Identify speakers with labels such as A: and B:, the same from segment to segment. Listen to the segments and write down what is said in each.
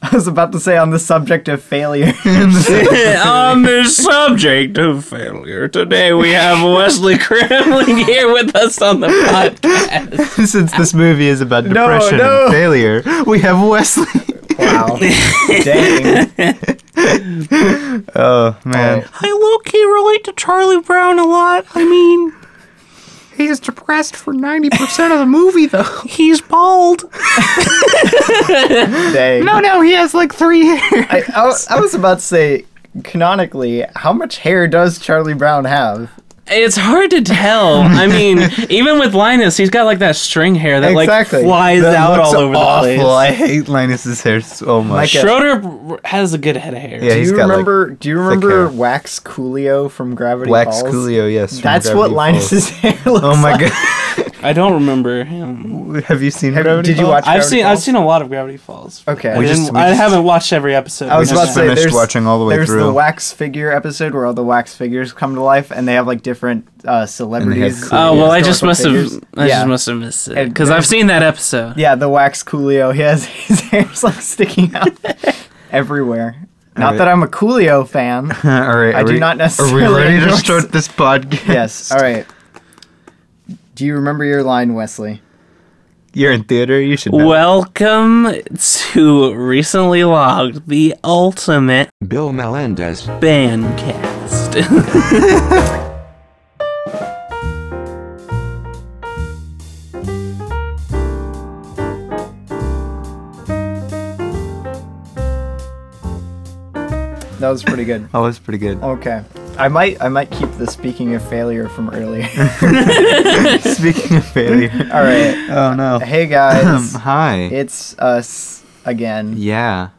A: was about to say on the subject of failure.
B: On the subject of failure, today we have Wesley Cramling here with us on the podcast.
C: Since this movie is about depression
A: no.
C: and failure, we have Wesley.
A: wow. Dang.
C: Oh man,
B: I low key relate to Charlie Brown a lot. I mean,
C: he is depressed for ninety percent of the movie, though.
B: he's bald.
C: Oh,
A: Dang.
C: No, no, he has like three hair.
A: I, I, was- I was about to say, canonically, how much hair does Charlie Brown have?
B: It's hard to tell. I mean, even with Linus, he's got like that string hair that
A: Exactly.
B: like flies
C: That
B: out
C: looks
B: all over
C: awful.
B: the place.
C: I hate Linus's hair so
A: Like
C: much.
A: a-
B: Schroeder has a good head of hair.
C: Yeah,
A: Do
C: he's
A: you
C: got, like,
A: remember? do you remember
C: hair.
A: Wax Coolio from Gravity
C: Wax
A: Falls?
C: Coolio, yes. from
A: That's what
C: Gravity Falls.
A: Linus's hair looks
C: Oh my
A: like.
C: god,
B: I don't remember him.
C: have you seen? Uh,
A: Have-
C: Gravity
A: did you
C: Falls?
A: watch?
B: I've
A: Gravity
B: seen
A: Falls?
B: I've seen a lot of Gravity Falls.
A: Okay.
B: I,
C: We just-
B: didn't-
C: we
B: I
C: just-
B: haven't watched every episode.
A: I was
C: just
A: about to say,
C: finished
A: there's-
C: watching all the way
A: there's
C: through.
A: the wax figure episode where all the wax figures come to life, and they have like different uh, celebrities.
C: cool-
B: Oh well, I just
A: historical
B: must have.
A: figures.
B: I
A: yeah.
B: just must have missed it
A: And-
B: because I've seen that episode.
A: Yeah, the wax Coolio. He has his hair's like sticking out everywhere. Not
C: right.
A: that I'm a Coolio fan.
C: all right,
A: I
C: are
A: do
C: we-
A: not necessarily
C: Are we ready to
A: endorse-
C: start this podcast?
A: yes. All right. Do you remember your line, Wesley?
C: You're in theater. You should. Know.
B: Welcome to recently logged the ultimate
D: Bill Melendez.
B: bandcast.
A: That was pretty good.
C: That was Oh, pretty good.
A: Okay. I might I might keep the speaking of failure from earlier.
C: Speaking of failure.
A: All right.
C: Oh no. Um,
A: Hey guys,
C: Hi.
A: it's us again.
C: Yeah.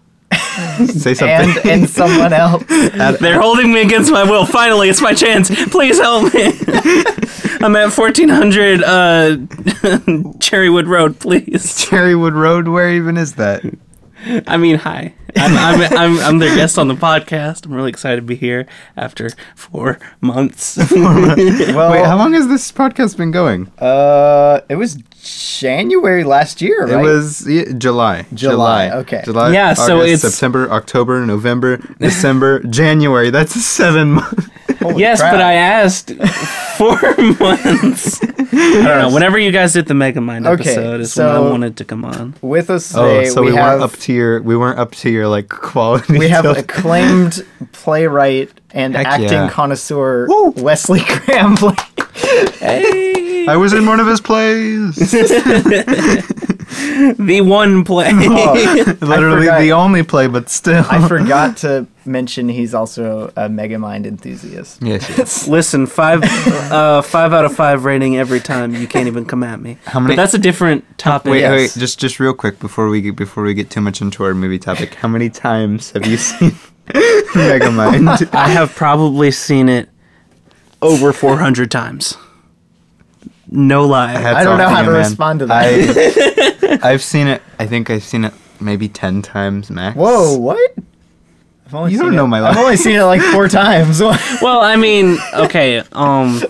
C: Say something.
A: And and someone else.
B: They're holding me against my will. Finally, it's my chance. Please help me. I'm at 1400 uh, Cherrywood Road. Please.
C: Cherrywood Road. Where even is that?
B: I mean, hi. I'm I'm, I'm I'm their guest on the podcast. I'm really excited to be here after four months.
A: Well,
C: Wait, how long has this podcast been going?
A: uh, it was January last year, right?
C: It was yeah, July.
A: July, okay.
C: July.
B: Yeah,
C: August,
B: so it's-
C: September, October, November, December, January. That's seven months.
A: Holy
B: yes,
A: crap.
B: but I asked four months. I don't know. Whenever you guys did the Mega Mind
A: Okay,
B: episode, is when
A: so-
B: I wanted to come on.
A: with us today
C: Oh, so
A: we,
C: we,
A: have
C: weren't up to your we weren't up to your like quality.
A: we have
C: till-
A: acclaimed playwright and
C: Heck
A: acting
C: yeah.
A: connoisseur
C: Woo.
A: Wesley Crambley.
B: Hey,
C: I was in one of his plays.
B: the one play.
C: Literally
A: forgot.
C: the only play, but still.
A: I forgot to mention he's also a Megamind enthusiast.
C: yes. yes.
B: Listen, five uh, five out of five rating every time. You can't even come at me.
C: How many-
B: But that's a different topic.
C: Wait,
A: Yes.
C: wait, just just real quick before we get before we get too much into our movie topic, how many times have you seen Megamind?
B: I have probably seen it over 400 times. No lie.
C: Hats
A: I don't
C: off
A: know how
C: you,
A: to
C: man.
A: respond to
C: I, I've seen it. I think I've seen it maybe ten times max.
A: Whoa, what? I've only
C: You
A: seen
C: don't
A: it-
C: know my life. Oh
A: I've only seen it like four times.
B: well, I mean, okay, um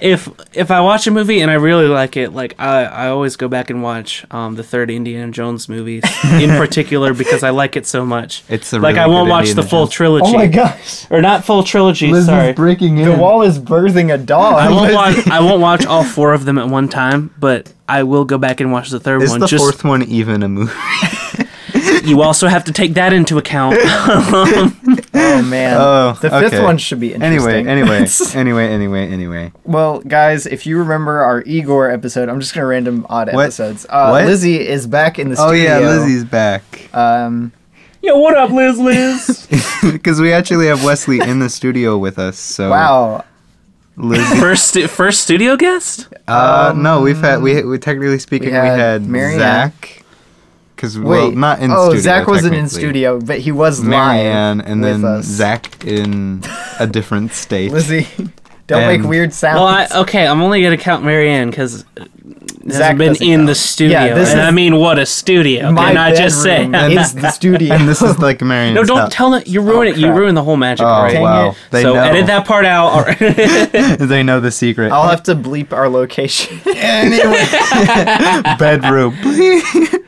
B: if if I watch a movie and I really like it, like I I always go back and watch um the third Indiana Jones movies in particular because I like it so much.
C: It's a
B: like I
C: really
B: won't
C: good
B: watch
C: Indiana
B: the full
C: Jones.
B: trilogy.
A: oh my gosh.
B: Or not full trilogy, sorry.
C: breaking in. Oh,
A: The wall is birthing a dog.
B: I won't watch I won't watch all four of them at one time, but I will go back and watch the third
C: Is
B: one.
C: the
B: Just
C: fourth one even a movie?
B: you also have to take that into account.
A: Oh man.
C: Oh,
A: the fifth
C: okay.
A: one should be interesting.
C: Anyway, anyway, anyway, anyway, anyway.
A: Well, guys, if you remember our Igor episode, I'm just gonna random odd
C: What?
A: episodes. Uh,
C: What?
A: Lizzie is back in the
C: Oh
A: studio.
C: yeah, Lizzie's back
A: Um,
B: Yo, what up, Liz Liz?
C: because we actually have Wesley in the studio with us. So
A: wow.
C: Lizzie.
B: first stu- first studio guest?
C: Uh, no, we've had we, we technically speaking we
A: Um, had
C: had,
A: Marianne.
C: Zach. Because
A: Wait.
C: well, not in
A: oh,
C: studio.
A: Zach wasn't in
C: technically.
A: studio, but he was
C: Marianne
A: live
C: and
A: with
C: then
A: us.
C: Zach in a different state.
A: Lizzie, don't
C: And-
A: make weird sounds.
B: Well, I, okay, I'm only gonna count Marianne because
A: Zach
B: hasn't been
A: doesn't
B: in
A: count.
B: the studio.
A: Yeah, this
B: and
A: is-
B: I mean, what a studio!
A: My
B: Can I just say?
A: bedroom is the studio.
C: And this is like Marianne.
B: no, don't tell it. You ruin it. You
A: crap.
B: ruin the whole magic.
C: Oh
B: already.
C: wow,
A: it.
C: they
B: so
C: know.
B: edit that part out. All right.
C: They know the secret.
A: I'll have to bleep our location.
C: Bedroom.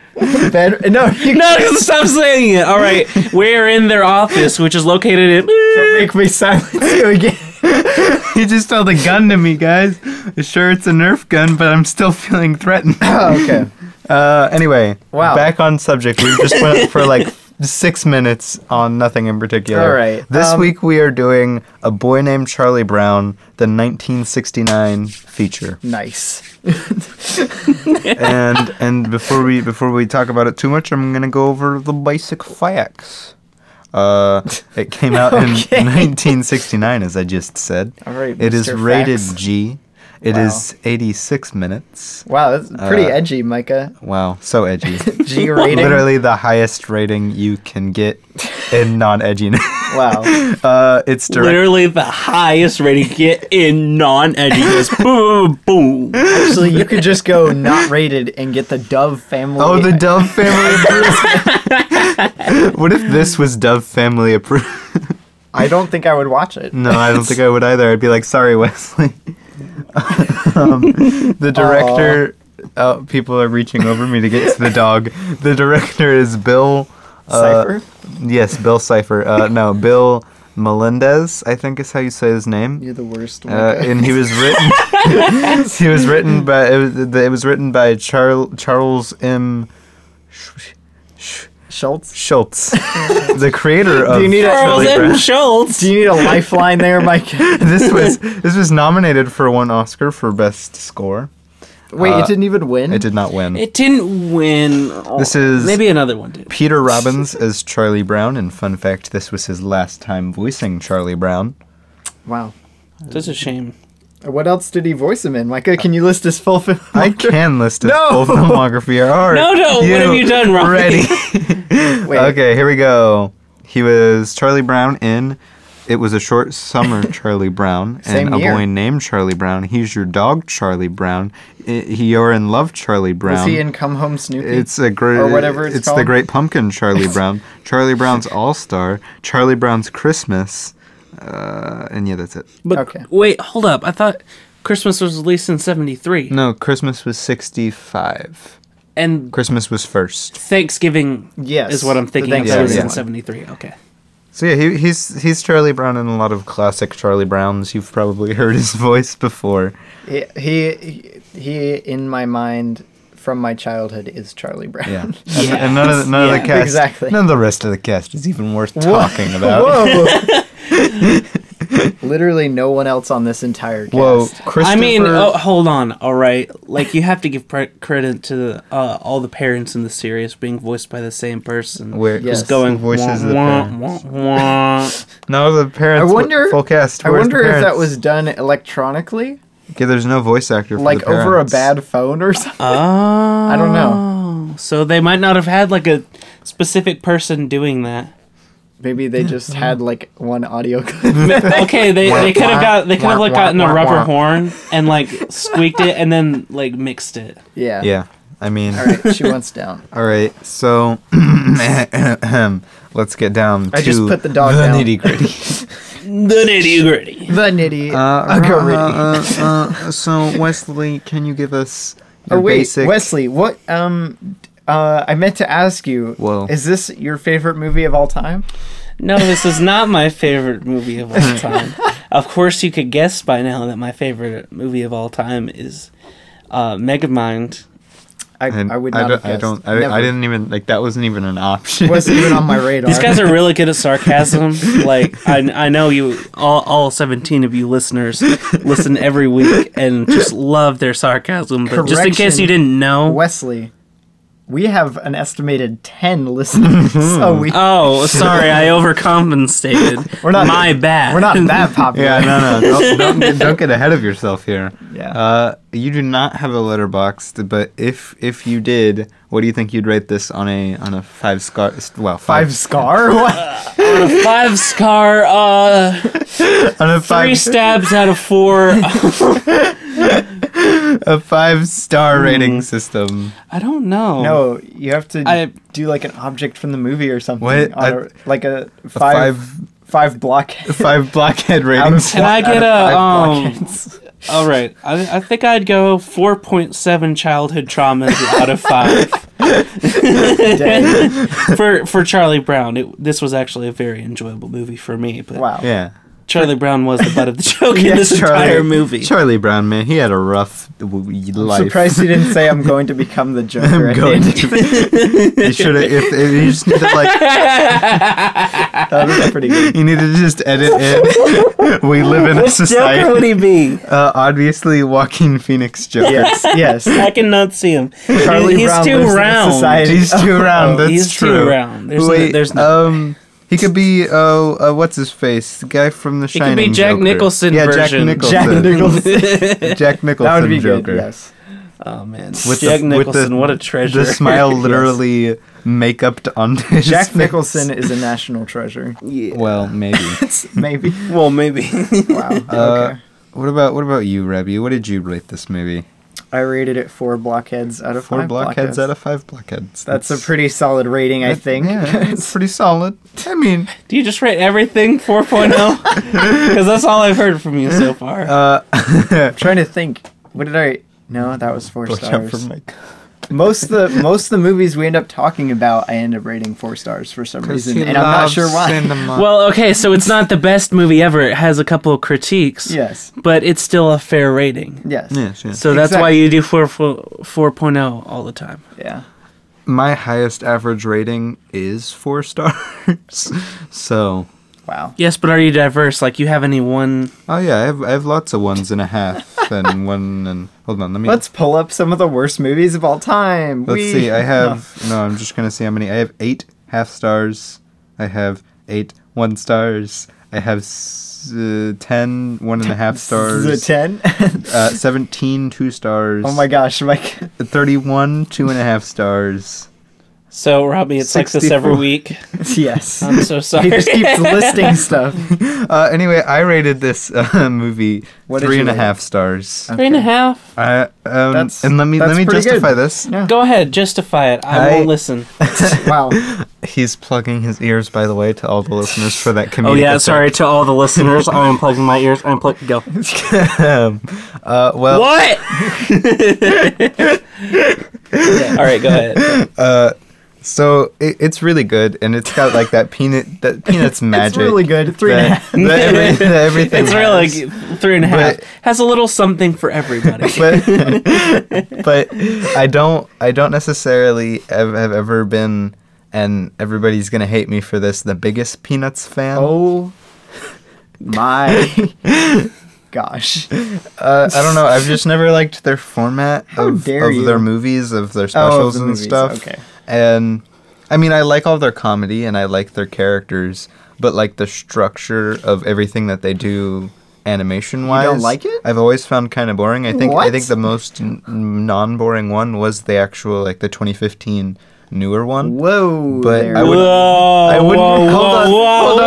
A: Bed- no, you
B: No, stop saying it. All right, we're in their office, which is located
A: can't
B: in.
A: make me silence you again.
C: He just held a gun to me, guys. Sure, it's a Nerf gun, but I'm still feeling threatened.
A: Oh, okay.
C: Uh, anyway,
A: Wow.
C: back on subject. We just went for like six minutes on nothing in particular.
A: All right,
C: This
A: um,
C: week we are doing A Boy Named Charlie Brown, the 1969 feature.
A: Nice.
C: and and before we before we talk about it too much, I'm gonna go over the basic facts. Uh, it came out
A: Okay.
C: in 1969, as I just said.
A: All right,
C: It is
A: Mr.
C: rated
A: Facts.
C: G. It
A: Wow.
C: is 86 minutes.
A: Wow, that's pretty
C: Uh,
A: edgy, Micah.
C: Wow, so edgy.
A: G rating.
C: Literally the highest rating you can get in non-edginess.
A: Wow.
C: uh, it's direct.
B: Literally the highest rating get in non-edgy. Just boom, boom. boom.
A: Actually, you could just go not rated and get the Dove family.
C: Oh, the Dove family approved. what if this was Dove family approved?
A: I don't think I would watch it.
C: No, I don't think I would either. I'd be like, sorry, Wesley. um, the director. Oh, people are reaching over me to get to the dog. The director is Bill. uh,
A: Cipher.
C: Yes, Bill Cipher. Uh, no, Bill Melendez, I think is how you say his name.
A: You're the worst.
C: Uh,
A: Micah.
C: and he was written. he was written by it was, it was written by Charl, Charles M. Sch- Sch-
A: Schultz.
C: Schultz, the creator of
A: Do you need a-
C: Charlie
B: Charles
C: Brown.
B: M. Schultz.
A: Do you need a lifeline there, Mike?
C: this was this was nominated for one Oscar for best score.
A: Wait,
C: Uh,
A: it didn't even win.
C: It did not win.
B: It didn't win. Oh,
C: This is-
B: maybe another one did.
C: Peter Robbins as Charlie Brown, and fun fact, this was his last time voicing Charlie Brown.
A: Wow.
B: That's a shame.
A: What else did he voice him in? Micah, can you list his full film?
C: I can list his
A: No!
C: full filmography. Or
B: No, no, what have you done, Robbie?
C: Ready?
A: Wait.
C: Okay, here we go. He was Charlie Brown in. It was a short summer, Charlie Brown,
A: Same
C: and
A: year.
C: a boy named Charlie Brown. He's your dog, Charlie Brown. I- You're in love, Charlie Brown.
A: Was he in Come Home Snoopy?
C: It's a great.
A: Or whatever it's
C: the
A: called.
C: Great Pumpkin, Charlie Brown. Charlie Brown's All Star. Charlie Brown's Christmas. Uh, and yeah, that's it.
B: But
A: Okay.
B: wait, hold up. I thought Christmas was released in '73,
C: No, Christmas was sixty-five.
B: and
C: Christmas was first.
B: Thanksgiving
A: Yes,
B: is what I'm
A: the
B: thinking. of.
A: Thanksgiving
B: was in
C: one.
B: '73. Okay.
C: So yeah, he, he's he's Charlie Brown in a lot of classic Charlie Browns. You've probably heard his voice before.
A: he, he, he, in my mind, from my childhood, is Charlie Brown.
C: Yeah, and, and none of the, none of
B: Yeah.
C: the cast,
A: Exactly.
C: none of the rest of the cast is even worth talking about.
A: Whoa. Literally no one else on this entire cast.
C: Whoa, Christopher.
B: I mean, oh, hold on. All right, like you have to give pre- credit to the, uh, all the parents in the series being voiced by the same person.
C: Where-
B: who's
A: Yes.
B: going
C: Voices of the
B: wah, wah,
C: parents.
B: wah, wah.
C: no, the
A: I
C: parents.
A: wonder.
C: Full cast.
A: I
C: Where's the
A: wonder if that
C: parents?
A: was done electronically,
C: Yeah, there's no voice actor. For
A: like
C: the
A: over a
C: parents.
A: bad phone or something.
B: Oh, I
A: don't know.
B: Oh. So they might not have had like a specific person doing that.
A: Maybe they just had like one audio clip.
B: okay, they, they could have got they could have like
C: Wah,
B: gotten
C: wah,
B: a
C: wah,
B: rubber
C: wah.
B: horn and like squeaked it and then like mixed it.
A: Yeah.
C: Yeah, I mean,
A: All right, she wants down.
C: all right. So let's get down.
A: I
C: to
A: just put the dog down.
C: nitty gritty.
B: The nitty gritty.
A: The nitty.
C: uh,
A: gritty.
C: uh, uh, uh, so Wesley, can you give us your
A: oh wait,
C: basic?
A: Wesley, what? Um, uh, I meant to ask you.
C: Whoa.
A: Is this your favorite movie of all time?
B: No, this is not my favorite movie of all time. of course, you could guess by now that my favorite movie of all time is uh, Megamind.
A: I,
C: And
A: I would not.
C: don't,
A: have
C: I don't.
A: guessed.
C: I, don't- I
A: Never.
C: didn't even like that. Wasn't even an option.
A: Wasn't even on my radar.
B: These guys are really good at sarcasm. like I, I know you all, all seventeen of you listeners listen every week and just love their sarcasm. But just in case
A: Correction.
B: you didn't know,
A: Wesley. We have an estimated ten listeners, so we
B: oh, sorry, I overcompensated.
A: We're not-
B: my bad.
A: we're not that popular.
C: Yeah, no, no, don't, don't, get, don't get ahead of yourself here.
A: Yeah.
C: Uh, you do not have a letterbox, but if if you did, what do you think you'd rate this on a on a five scar? Well,
A: Five scar. What?
B: five scar. Uh,
C: on a
B: three
C: five
B: stabs out of four.
C: a five
A: Hmm.
C: star rating system.
B: I don't know.
A: No, you have to
B: I-
A: do like an object from the movie or something.
C: What?
A: on a- like a five,
C: five-
A: five block.
C: Five blockhead
A: out
C: ratings.
A: of
B: Can
A: one-
B: I
A: out of
B: get a,
A: five
B: um,
A: blockheads.
B: All right, I, I think I'd go four point seven childhood traumas out of five.
A: Dang.
B: for for Charlie Brown, it, this was actually a very enjoyable movie for me. But
A: Wow.
C: Yeah.
B: Charlie Brown was the butt of the joke in
A: Yes,
B: this
C: Charlie-
B: entire movie.
C: Charlie Brown, man, he had a rough w- life.
A: Surprised you didn't say I'm going to become the Joker.
C: I'm
A: I
C: going
A: did.
C: to. you should have. If, if you just needed like,
A: That would be pretty good.
C: you needed to just edit in. we live in a
B: Which Joker would
C: society.
B: he be?
C: Uh, obviously, Joaquin Phoenix Joker.
A: Yes, yes.
B: I cannot see him.
A: Charlie
B: he's
A: Brown
B: too
A: lives in a
B: round.
A: society-
C: He's too round. That's
B: Oh, he's too
C: true.
B: round. There's no-
C: Wait,
B: there's no-
C: um, he could be oh, uh, what's his face? The guy from The
B: could
C: Shining.
B: be Jack
C: Joker.
B: Nicholson
C: Yeah,
B: version.
A: Jack
C: Jack Nicholson.
A: Nicholson.
C: Jack Nicholson
A: that would be
C: Joker.
A: good. Yes.
B: oh man,
C: With the-
B: Jack
C: with the-
B: Nicholson, what a treasure!
C: The smile literally makeup onto his
A: Jack
C: face.
A: Nicholson is a national treasure.
B: Yeah.
C: Well, maybe.
A: Maybe.
B: Well, maybe.
A: Wow.
C: Uh,
A: okay.
C: What about what about you, Rebby? What did you rate this movie?
A: I rated it four blockheads out of
C: Four
A: five
C: blockheads out of five blockheads.
A: That's a pretty solid rating, I
C: that-
A: think.
C: Yeah, it's pretty solid. I mean,
B: Do you just rate everything 4.0? Because that's all I've heard from you so far.
C: uh,
A: I'm trying to think. What did I? No, that was four
C: watch out for
A: stars.
C: Mike.
A: most of the most of the movies we end up talking about, I end up rating four stars for some reason, and I'm not sure why.
B: well, okay, so it's not the best movie ever. It has a couple of critiques,
A: yes,
B: but it's still a fair rating.
A: yes, yeah.
C: yes, yes.
B: So that's why you do 4, 4, 4.0 all the time.
C: My highest average rating is four stars. so,
A: Wow.
B: Yes, but are you diverse? Like, you have any one.
C: oh yeah, I have I have lots of ones and a half and one and hold on, let me
A: Let's pull up some of the worst movies of all time.
C: Let's
A: We-
C: see. I have no. I'm just gonna see how many. I have eight half stars. I have eight one stars. I have s- uh, ten one and a half stars.
A: The ten.
C: Uh, Seventeen two stars.
A: oh my gosh, Mike.
C: Thirty-one two and a half stars.
B: So, Robbie, it's like this
C: 64.
B: every week.
A: yes.
B: I'm so sorry.
A: He just keeps listing stuff.
C: Uh, anyway, I rated this uh, movie
A: What did
C: three
A: you
C: and a
A: rate
C: half stars.
B: Three and a half.
C: I, um,
A: That's-
C: and let me
A: that's
C: let me
A: pretty good.
C: justify this.
A: Yeah.
B: Go ahead, justify it. I,
C: I-
B: won't listen.
A: Wow.
C: He's plugging his ears, by the way, to all the listeners for that comedic
B: Oh, yeah,
C: effect.
B: sorry to all the listeners. I'm plugging my ears. I'm plugging. Go.
C: um, uh, well,
B: What? All right, go ahead.
C: So it, it's really good, and it's got like that peanut that peanuts magic.
A: It's really good. Three and a half.
C: that- that every- that everything.
B: It's really like three and a half.
C: But-
B: Has a little something for everybody.
C: But, but I don't I don't necessarily have, have ever been, and everybody's gonna hate me for this. The biggest peanuts fan.
A: Oh my gosh.
C: Uh, I don't know. I've just never liked their format of,
A: dare
C: of
A: you.
C: their movies, of their
A: Oh, of the
C: specials and
A: movies,
C: stuff.
A: okay.
C: And I mean, I like all their comedy and I like their characters, but like the structure of everything that they do animation wise.
A: like it?
C: I've always found kind of boring. I think I
A: What?
C: think the most n- non-boring one was the actual like the 2015 newer one.
A: Whoa.
C: But
A: there.
C: I would-
B: whoa,
C: I wouldn't-
B: whoa,
C: hold
B: whoa,
C: on,
B: whoa,
C: hold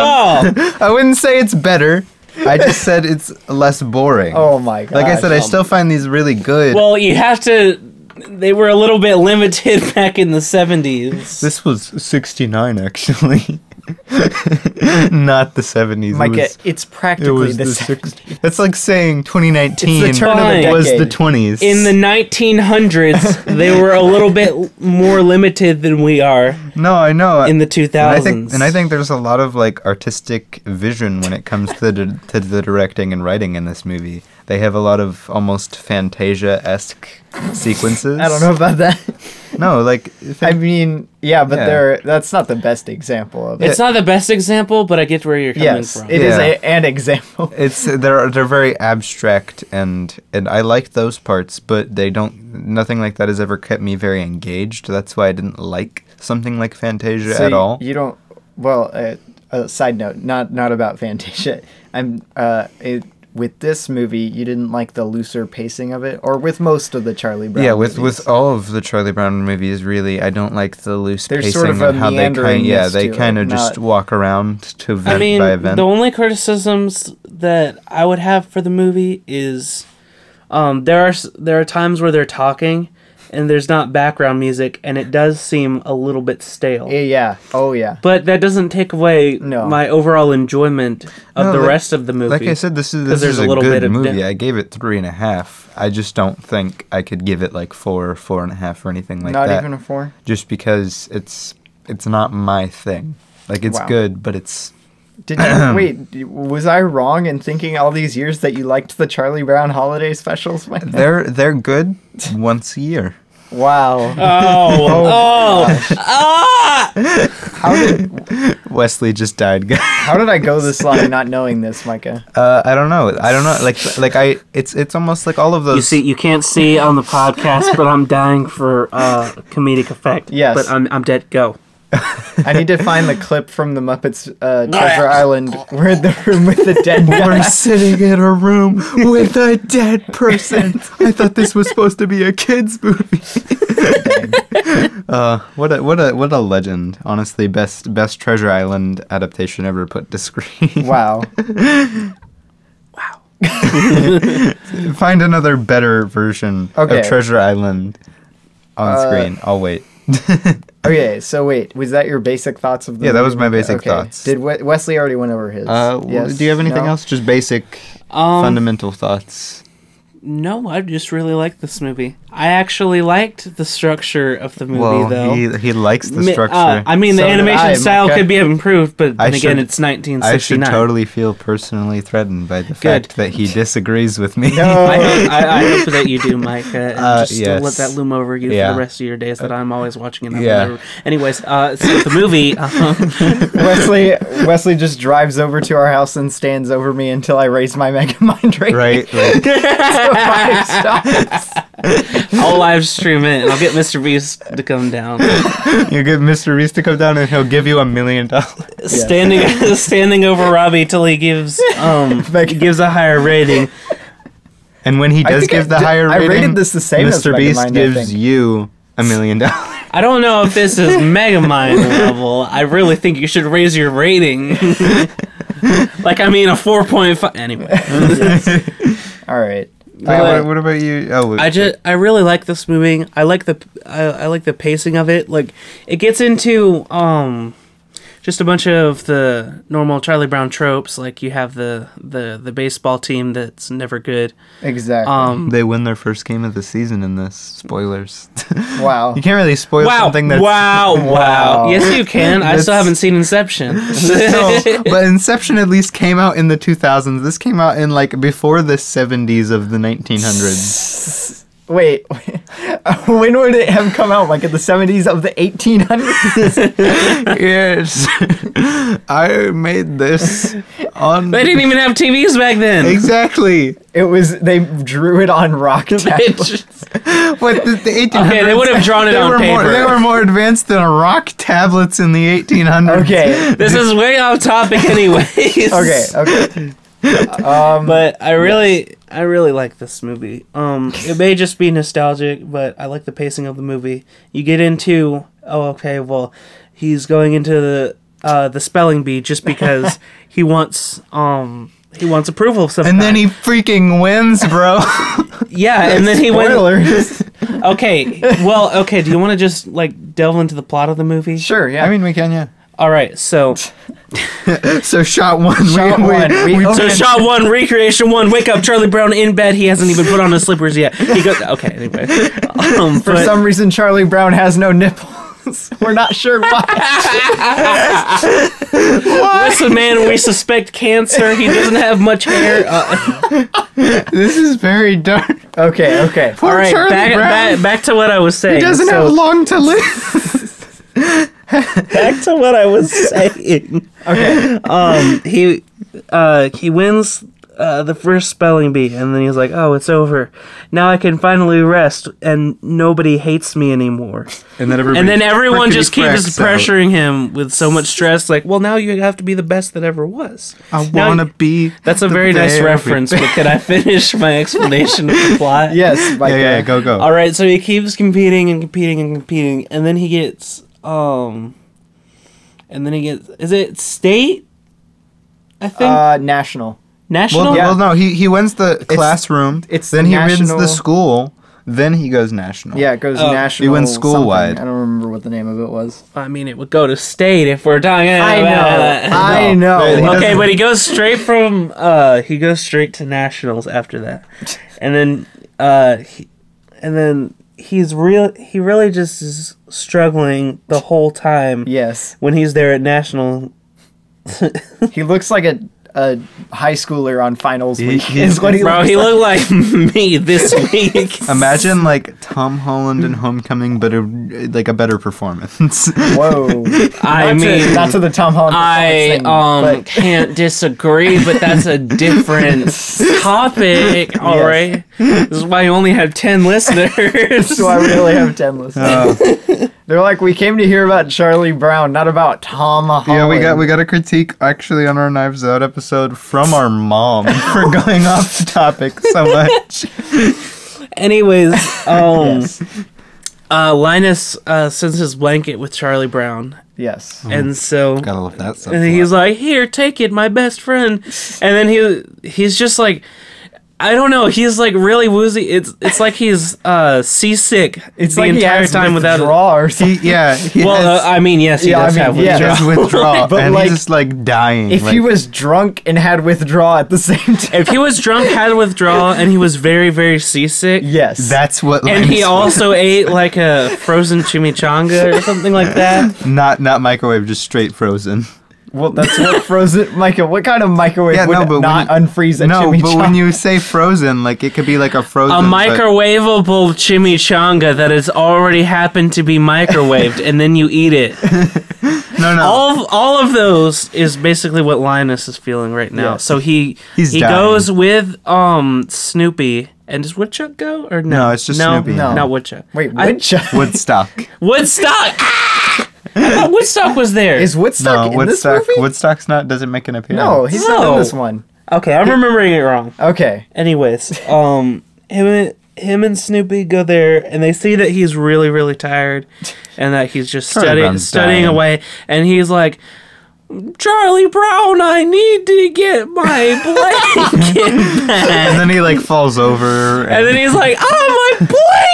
C: on.
B: whoa.
C: I wouldn't say it's better. I just said it's less boring.
A: Oh my
C: Like I
A: gosh.
C: said, I still find these really good.
B: Well, you have to. They were a little bit limited back in the seventies.
C: This was 69, actually. Not the 70s.
A: Mike,
C: it was,
A: it's
C: it
A: practically
C: was
A: the
C: the
A: same.
C: 60s. That's like saying 2019
A: It's the turn
B: of the
C: was the
A: decade.
C: 20s.
B: In the 1900s, they were a little bit more limited than we are
C: no, I know.
B: in the 2000s.
C: and I think, and I think there's a lot of like artistic vision when it comes to the, to the directing and writing in this movie. They have a lot of almost Fantasia esque sequences.
A: I don't know about that.
C: No, like
A: I mean, yeah, but
C: Yeah.
A: there that's not the best example of it.
B: it's not the best example, but I get where you're coming
A: yes,
B: from.
A: it is
C: Yeah.
A: a, an example.
C: it's they're they're very abstract and and I like those parts, but they don't nothing like that has ever kept me very engaged. That's why I didn't like something like Fantasia
A: So
C: at
A: you-
C: all.
A: You don't. Well, uh, uh, side note, not not about Fantasia. I'm uh, it, with this movie, you didn't like the looser pacing of it, or with most of the Charlie Brown.
C: yeah, with
A: movies.
C: with all of the Charlie Brown movies, really, I don't like the loose
A: There's
C: pacing
A: sort of
C: and
A: a
C: how they kind
A: meanderingness
C: yeah they
A: to
C: kind
A: it,
C: of just
A: not-
C: walk around to event
B: I mean,
C: by event.
B: the only criticisms that I would have for the movie is um, there are s- there are times where they're talking and there's not background music, and it does seem a little bit stale.
A: Yeah, yeah. Oh yeah.
B: but that doesn't take away
A: No.
B: my overall enjoyment of
C: No,
B: the
C: like-
B: rest of the movie.
C: Like I said, this is this
B: there's
C: is
B: a
C: a,
B: little
C: good
B: bit of
C: movie.
B: depth.
C: I gave it three and a half. I just don't think I could give it like four, four and a half, or anything like
A: Not
C: that.
A: even a four.
C: just because it's it's not my thing. Like it's
A: Wow.
C: good, but it's
A: Did you wait? Was I wrong in thinking all these years that you liked the Charlie Brown holiday specials? Mike?
C: they're they're good once a year.
A: wow.
B: oh, oh, ah!
A: How did
C: Wesley just died, guys.
A: how did I go this long not knowing this, Micah?
C: Uh, I don't know. I don't know. Like like I it's it's almost like all of those.
B: You see, you can't see on the podcast, but I'm dying for uh, comedic effect.
A: Yes.
B: but I'm I'm dead. Go.
A: I need to find the clip from the Muppets uh, Treasure Island
C: Oh.
A: where in the room with the dead guy.
C: We're sitting in a room with a dead person. I thought this was supposed to be a kids movie. uh, what a what a what a legend! Honestly, best best Treasure Island adaptation ever put to screen.
A: Wow.
C: Find another better version
A: Okay.
C: of Treasure Island on
A: Uh,
C: screen. I'll wait.
A: Okay, so wait, was that your basic thoughts of the?
C: Yeah, that
A: movie,
C: was my
A: Micah?
C: basic
A: Okay.
C: thoughts.
A: Did we- Wesley already went over his?
C: Uh, w-
A: Yes?
C: do you have anything
A: No?
C: else? Just basic,
B: Um,
C: fundamental thoughts.
B: No, I just really liked this movie. I actually liked the structure of the movie, though.
C: he he likes the
B: Mi- uh,
C: structure.
B: I mean,
A: So
B: the
A: did
B: animation
A: I,
B: style
A: Micah.
B: could be improved, but
C: I
B: then again,
C: should-
B: it's
C: I should
B: 1969.
C: totally feel personally threatened by the fact that he disagrees with me.
B: I, hope, I, I hope that you do, Micah, and
C: Uh,
B: just let
C: yes.
B: that loom over you for
C: Yeah.
B: the rest of your days. That I'm always watching it.
C: yeah.
B: Yeah. Anyways, uh, so the movie. um,
A: Wesley Wesley just drives over to our house and stands over me until I raise my Mega Mind rating
C: right? Like,
A: to five stars.
B: I'll live stream it, and I'll get Mr. Beast to come down.
C: you get Mr. Reese to come down and he'll give you a million dollars.
B: Standing, standing over Robbie till he gives um
A: Mega-
B: gives a higher rating.
C: And when he
A: I
C: does
A: think I
C: give the
A: did-
C: higher
A: I
C: rating,
A: rated this the same as
C: Mr.
A: Mega
C: Beast
A: Mind, I
C: gives
A: think.
C: you a million dollars.
B: I don't know if this is Megamind level. I really think you should raise your rating. like, I mean, a 4.5. Anyway,
A: All right.
C: Uh,
B: But-
C: what, what about you? Oh,
B: I just I really like this movie. I like the I, I like the pacing of it. Like, it gets into um just a bunch of the normal Charlie Brown tropes. Like, you have the the the baseball team that's never good.
A: Exactly.
B: Um,
C: they win their first game of the season in this. Spoilers.
A: wow.
C: you can't really spoil
B: wow,
C: something that's
B: wow, wow.
A: Wow.
B: Yes, you can. I still
C: That's-
B: haven't seen Inception.
C: no, but Inception at least came out in the 2000s. This came out in like before the 70s of the 1900s.
A: Wait, when would it have come out? Like in the 70s of the 1800s?
C: yes, I made this on.
B: They didn't even have TVs back then.
C: exactly.
A: It was, they drew it on rock tablets.
C: What the, the 1800s?
B: Okay, they would have drawn it
C: They
B: on
C: were
B: paper.
C: More, they were more advanced than rock tablets in the 1800s.
A: Okay.
B: This is way off topic, anyways.
A: Okay, okay. Um,
B: But I really, I really like this movie. Um, it may just be nostalgic, but I like the pacing of the movie. You get into, oh, okay, well, he's going into the uh, the spelling bee just because he wants um he wants approval of something.
C: And then he freaking wins, bro.
B: yeah, and then he went.
A: spoilers.
B: Okay, well, okay. Do you want to just like delve into the plot of the movie?
A: sure, yeah.
C: I mean, we can, yeah.
B: All right, so
C: So shot one.
A: Shot
C: we,
A: one,
C: We,
A: we-
C: we
B: So
A: Okay.
B: shot one, recreation one, wake up, Charlie Brown in bed. He hasn't even put on his slippers yet. He goes, okay, anyway. Um,
A: For
B: but-
A: some reason, Charlie Brown has no nipples. We're not sure why.
B: listen, man, we suspect cancer. He doesn't have much hair. Uh,
C: this is very dark.
A: okay, okay.
C: Poor
B: all right,
C: Charlie
B: back,
C: Brown.
B: back, back to what I was saying.
C: He doesn't
B: So,
C: have long to live.
B: back to what I was saying.
A: Okay.
B: Um, he uh, he wins uh, the first spelling bee, and then he's like, "Oh, it's over. Now I can finally rest, and nobody hates me anymore."
C: And then everyone,
B: And then everyone just keeps pressuring him with so much stress, like, well, now you have to be the best that ever was.
C: I
B: Now-
C: want to be.
B: That's a
C: the
B: very nice
C: very
B: reference, but can I finish my explanation of the plot?
A: Yes,
C: Yeah,
A: Micah.
C: yeah, go, go.
B: All right, so he keeps competing and competing and competing, and then he gets, um, and then he gets, is it state? I think
A: Uh, national.
B: national.
C: Well,
A: Yeah.
C: well, no, he, he wins the classroom.
A: it's
C: then he wins
A: national-
C: the school. Then he goes national.
A: Yeah, it goes
B: Oh.
A: national.
C: He went school-wide.
A: something. I don't remember what the name of it was.
B: I mean, it would go to state if we're talking.
A: I know.
B: about-
A: I
C: No.
A: know.
C: He
B: okay,
C: doesn't-
B: but he goes straight from uh he goes straight to nationals after that, and then uh he, and then he's real he really just is struggling the whole time
A: Yes,
B: when he's there at national.
A: he looks like a a high schooler on finals
C: He-
A: week.
C: he-
A: is what he
B: Bro,
A: looks
B: he
A: like.
B: looked like me this week.
C: Imagine like Tom Holland in Homecoming, but a, like a better performance.
A: Whoa! Not
B: I
A: to-
B: mean,
A: not to the Tom Holland.
B: I
A: performance thing,
B: um can't disagree, but that's a different topic. All right, this is why you only have ten listeners.
A: but, so I really have ten listeners.
C: Uh,
A: They're like, we came to hear about Charlie Brown, not about Tom Holland.
C: yeah, we got we got a critique actually on our Knives Out episode from our mom for going off topic so much.
B: Anyways, um, uh, Linus uh, sends his blanket with Charlie Brown,
A: yes.
C: Mhm.
B: and so
C: Gotta love that stuff.
B: and he's like, "Here, take it, my best friend," and then he he's just like. I don't know. He's like really woozy. It's it's like he's uh seasick
A: It's
B: the
A: like he
B: entire
A: has
B: time without.
A: withdrawal or something.
C: he, yeah, he
B: Well,
C: has,
B: uh, I mean, yes, he
A: Yeah, I
B: does
A: mean,
B: have
A: yeah.
B: withdrawal.
C: he has withdrawal,
A: But,
C: and
A: like,
C: he's just like dying.
A: If
C: like,
A: he was drunk and had withdraw at the same time,
B: if he was drunk, had withdrawal, and he was very, very seasick.
A: yes,
C: that's what.
B: And he
C: Linus-
B: also ate like a frozen chimichanga or something like that.
C: not not microwave, just straight frozen.
A: well, that's what frozen Michael. What kind of microwave
C: Yeah,
A: would
C: no, but when
A: not
C: you-
A: unfreeze a
C: No, but when
A: chimichanga?
C: you say frozen, like it could be like a frozen
B: A
C: but-
B: microwavable chimichanga that has already happened to be microwaved, and then you eat it.
C: No, no.
B: All of, all of those is basically what Linus is feeling right now.
A: Yeah.
B: So he
C: He's
B: he
C: dying.
B: goes with um Snoopy. And does Woodchuck go or no?
C: No, it's just
B: no,
C: Snoopy.
A: No.
B: not Woodchuck.
A: Wait,
B: I-
A: Woodchuck
C: Woodstock.
B: Woodstock. Ah! I thought Woodstock was there.
A: is Woodstock
C: no,
A: in this
C: Woodstock.
A: movie?
C: Woodstock's not. Doesn't make an appearance.
A: no, he's not
B: No.
A: in this one.
B: okay, I'm remembering it wrong.
A: Okay,
B: Anyways, um, him and him and Snoopy go there, and they see that he's really, really tired, and that he's just
C: Charlie
B: studying,
C: Brown's
B: studying
C: dying.
B: away, and he's like, "Charlie Brown, I need to get my blanket
C: and
B: back."
C: then he like falls over.
B: And then he's like, "Oh, my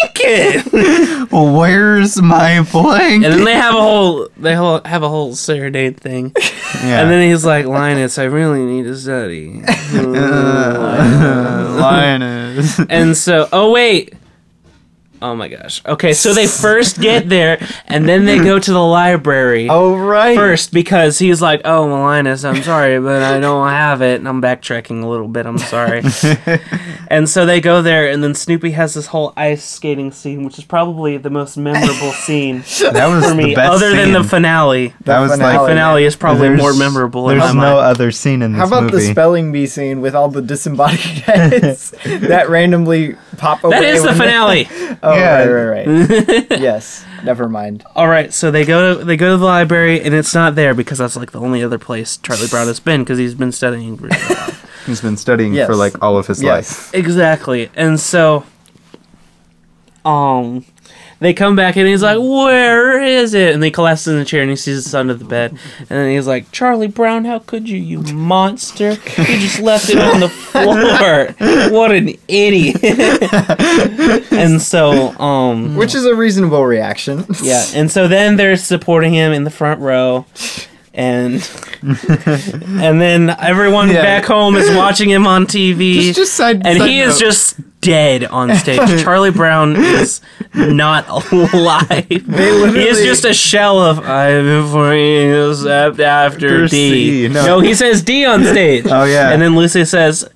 B: blanket!"
C: Well, where's my blanket?
B: And then they have a whole they whole, have a whole serenade thing.
C: yeah.
B: And then he's like, "Linus, I really need to study."
C: uh, lioness.
B: And so, oh wait. Oh my gosh. Okay, so they first get there and then they go to the
C: Oh,
B: library
A: all Oh, right.
B: first because he's like, "Oh, well, Linus, I'm sorry, but I don't have it." And I'm backtracking a little bit. I'm sorry. and so they go there and then Snoopy has this whole ice skating scene, which is probably the most memorable scene
C: That was
B: for me
C: the best
B: other
C: scene.
B: than the finale. The
C: that was
A: finale.
C: like
B: finale is probably
C: there's-
B: more memorable in
C: There's
B: my
C: no
B: mind.
C: other scene in this
A: How about
C: movie.
A: the spelling bee scene with all the disembodied heads that randomly pop open?
B: That is the finale.
A: Oh,
C: Yeah.
A: right, right, right. yes. Never mind.
B: All right, so they go to they go to the library and it's not there because that's like the only other place Charlie Brown has been because he's been studying. for-
C: He's been studying
A: Yes.
C: for like all of his
A: Yes.
B: exactly, and so, um, they come back and he's like, "Where is it?" And they collapse in the chair and he sees it's under the bed, and then he's like, "Charlie Brown, how could you, you monster? You just left it on the floor. What an idiot!" and so, um,
A: Which is a reasonable reaction.
B: Yeah, and so then they're supporting him in the front row, and and then everyone
C: Yeah.
B: back home is watching him on TV,
C: Just- just side-
B: and
C: side
B: he is
C: note.
B: just dead on stage. Charlie Brown is not alive. He is
A: literally-
B: just a shell of I'm for you except after
C: After
B: D.
C: C, no.
B: No, he says D on stage.
C: Oh, yeah.
B: and then Lucy says.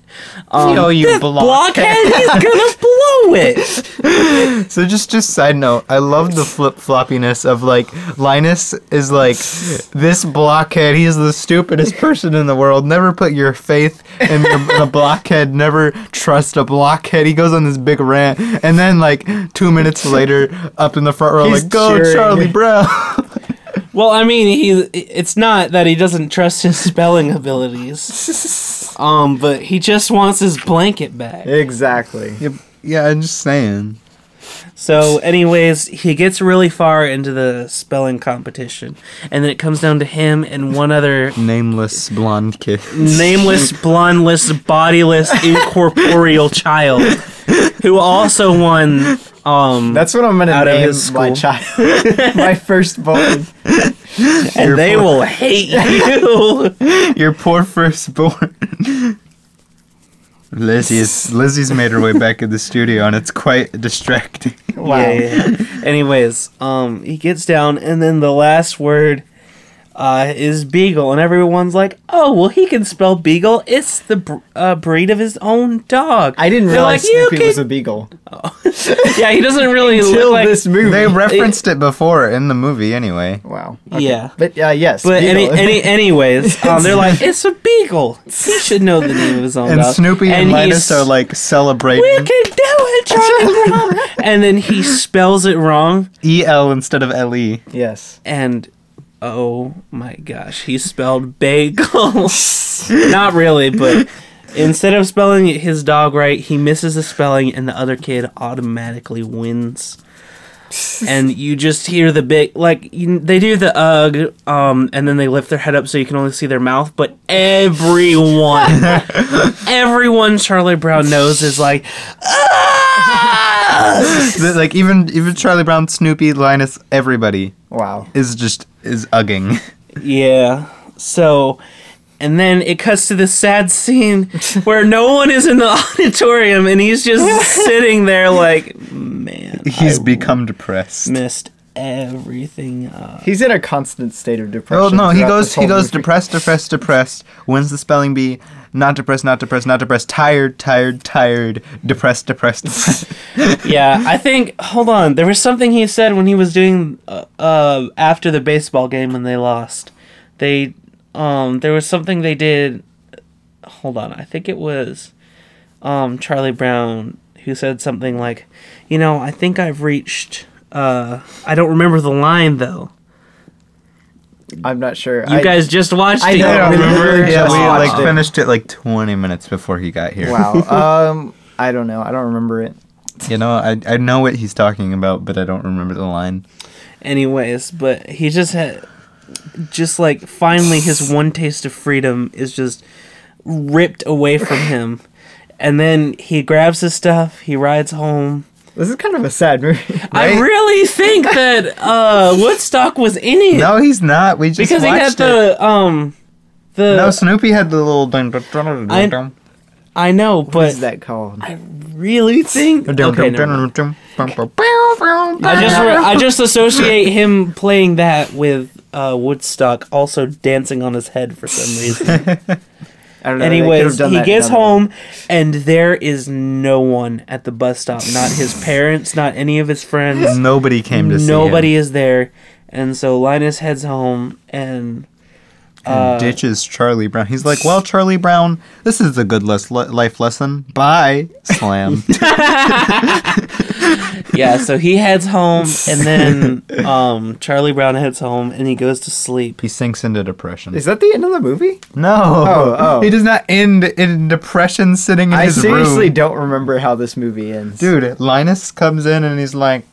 B: Um,
C: Yo, you
B: "That blockhead, he's gonna blow it.
C: life. So just just side note, I love the flip floppiness of like Linus is like this blockhead. He is the stupidest person in the world. Never put your faith in, the, in a blockhead. Never trust a blockhead. He goes on this big rant, and then like two minutes later, up in the front row,
A: He's
C: like go
A: cheering.
C: Charlie Brown.
B: Well, I mean, he it's not that he doesn't trust his spelling abilities. Um, but he just wants his blanket back.
A: Exactly.
C: yeah, I'm just saying.
B: So, anyways, he gets really far into the spelling competition, and then it comes down to him and one other
C: Nameless blonde kid.
B: nameless, blondeless, bodiless, incorporeal child who also won. Um,
A: That's what I'm gonna
B: Out of
A: name
B: his
A: my
B: school.
A: child, my firstborn.
B: and they will hate you.
C: Your poor firstborn. Lizzie's Lizzie's made her way back in the studio, and it's quite distracting.
A: Wow.
B: Yeah, yeah, yeah. Anyways, um, he gets down, and then the last word uh, is beagle, and everyone's like, "Oh, well, he can spell beagle. It's the br- uh, breed of his own dog."
A: I didn't
B: They're
A: realize
B: like, "You
A: Snoopy was a beagle
B: can-" yeah, he doesn't really
A: until
B: look like.
A: this movie.
C: They referenced it before in the movie, anyway.
A: wow.
B: Yeah.
A: But uh, yes,
B: But any,
A: beagle.
B: any, anyways, um, they're like, "It's a beagle. He should know the name of his own
C: And
B: dog."
C: Snoopy and, Linus
B: he's-
C: are like
B: "We
C: celebrating
B: can do it, Charlie Brown." and then he spells it wrong,
C: E L instead of L E.
A: yes.
B: and oh my gosh, he spelled bagel. Not really, but instead of spelling his dog right, he misses the spelling, and the other kid automatically wins. and you just hear the big like you, they do the ugh, um, and then they lift their head up so you can only see their mouth. But everyone, everyone, Charlie Brown knows is like,
C: Like even even Charlie Brown, Snoopy, Linus, everybody
A: Wow.
C: is just is ugging.
B: Yeah. So, and then it cuts to this sad scene where no one is in the auditorium and he's just sitting there like, man,
C: He's
B: I
C: become depressed.
B: missed everything up.
A: He's in a constant state of depression.
C: Oh no, he
A: throughout
C: goes
A: this whole
C: he goes
A: movie.
C: depressed, depressed, depressed. Wins the spelling bee. Not depressed, not depressed, not depressed. Tired, tired, tired. Depressed, depressed, depressed.
B: yeah, I think. Hold on, there was something he said when he was doing uh, uh after the baseball game when they lost. They um there was something they did. Hold on, I think it was um Charlie Brown who said something like, you know, I think I've reached. Uh, I don't remember the line though.
A: I'm not sure.
B: You guys just watched
A: I
B: it.
A: don't
B: you
A: Yeah, remember.
C: Yeah,
A: just
C: we
A: watched
C: like
A: it.
C: finished it like 20 minutes before he got here.
A: Wow. Um, I don't know. I don't remember it.
C: You know, I I know what he's talking about, but I don't remember the line.
B: anyways but he just had just like finally his one taste of freedom is just ripped away from him and then he grabs his stuff he rides home
A: This is kind of a sad movie.
B: i
C: Right?
B: really think that uh woodstock was in it
C: No, he's not. We just
B: because he had
C: watched it.
B: the um the
C: No, Snoopy had the little dun dun dun dun dun.
B: i know
A: what
B: but
A: is that called?
B: i really think
C: Dun dun
B: okay,
C: dun
B: never mind.
C: dun dun dun dun.
B: I just re- I just associate him playing that with uh, Woodstock also dancing on his head for some reason.
A: I don't know. they could've
B: Anyways,
A: done
B: he
A: that
B: gets
A: another way.
B: home, and there is no one at the bus stop. Not his parents, not any of his friends.
C: Nobody came to see
B: Nobody
C: him.
B: is there. And so Linus heads home, and uh,
C: And ditches Charlie Brown. He's like, "Well, Charlie Brown, this is a good les- li- life lesson." Bye, slam.
B: yeah, so he heads home, and then um, Charlie Brown heads home, and he goes to sleep.
C: he sinks into depression.
A: Is that the end of the movie?
C: No,
A: Oh, oh.
C: he does not end in depression, sitting in
A: I
C: his
A: seriously
C: room.
A: don't remember how this movie ends.
C: Dude, Linus comes in and he's like,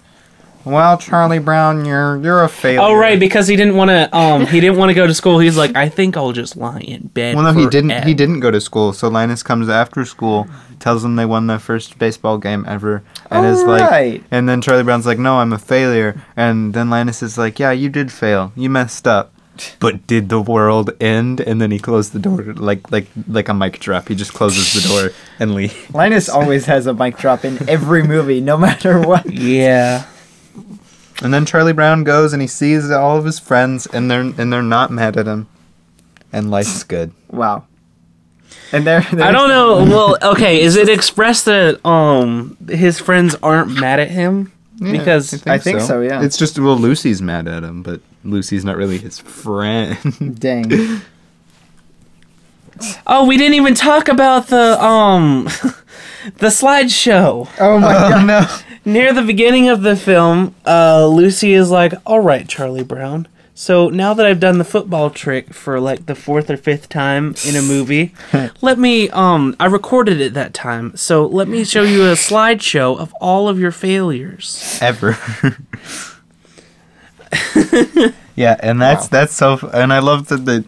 C: "Well, Charlie Brown, you're you're a failure."
B: Oh right, because he didn't want to. Um, he didn't want to go to school. He's like, I think I'll just lie in bed.
C: Well, no, he didn't. He
B: forever."
C: didn't go to school. So Linus comes after school, tells them they won their first baseball game ever, and is
A: Alright.
C: like, and then Charlie Brown's like, "No, I'm a failure." And then Linus is like, "Yeah, you did fail. You messed up." But did the world end? And then he closed the door, like like like a mic drop. He just closes the door and leaves.
A: Linus always has a mic drop in every movie, no matter what.
B: Yeah.
C: And then Charlie Brown goes and he sees all of his friends, and they're and they're not mad at him, and life's good.
A: Wow. And there,
B: I don't know. Well, okay, is it expressed that um his friends aren't mad at him
C: Yeah,
B: because
A: I think so, yeah.
C: It's just well, Lucy's mad at him, but Lucy's not really his friend.
A: Dang.
B: oh, we didn't even talk about the um the slideshow
A: Oh my god.
C: no.
B: near the beginning of the film. Uh, Lucy is like, "All right, Charlie Brown." So now that I've done the football trick for like the fourth or fifth time in a movie, let me um I recorded it that time. So let me show you a slideshow of all of your failures.
C: Ever. yeah, and that's that's so f- and I love that the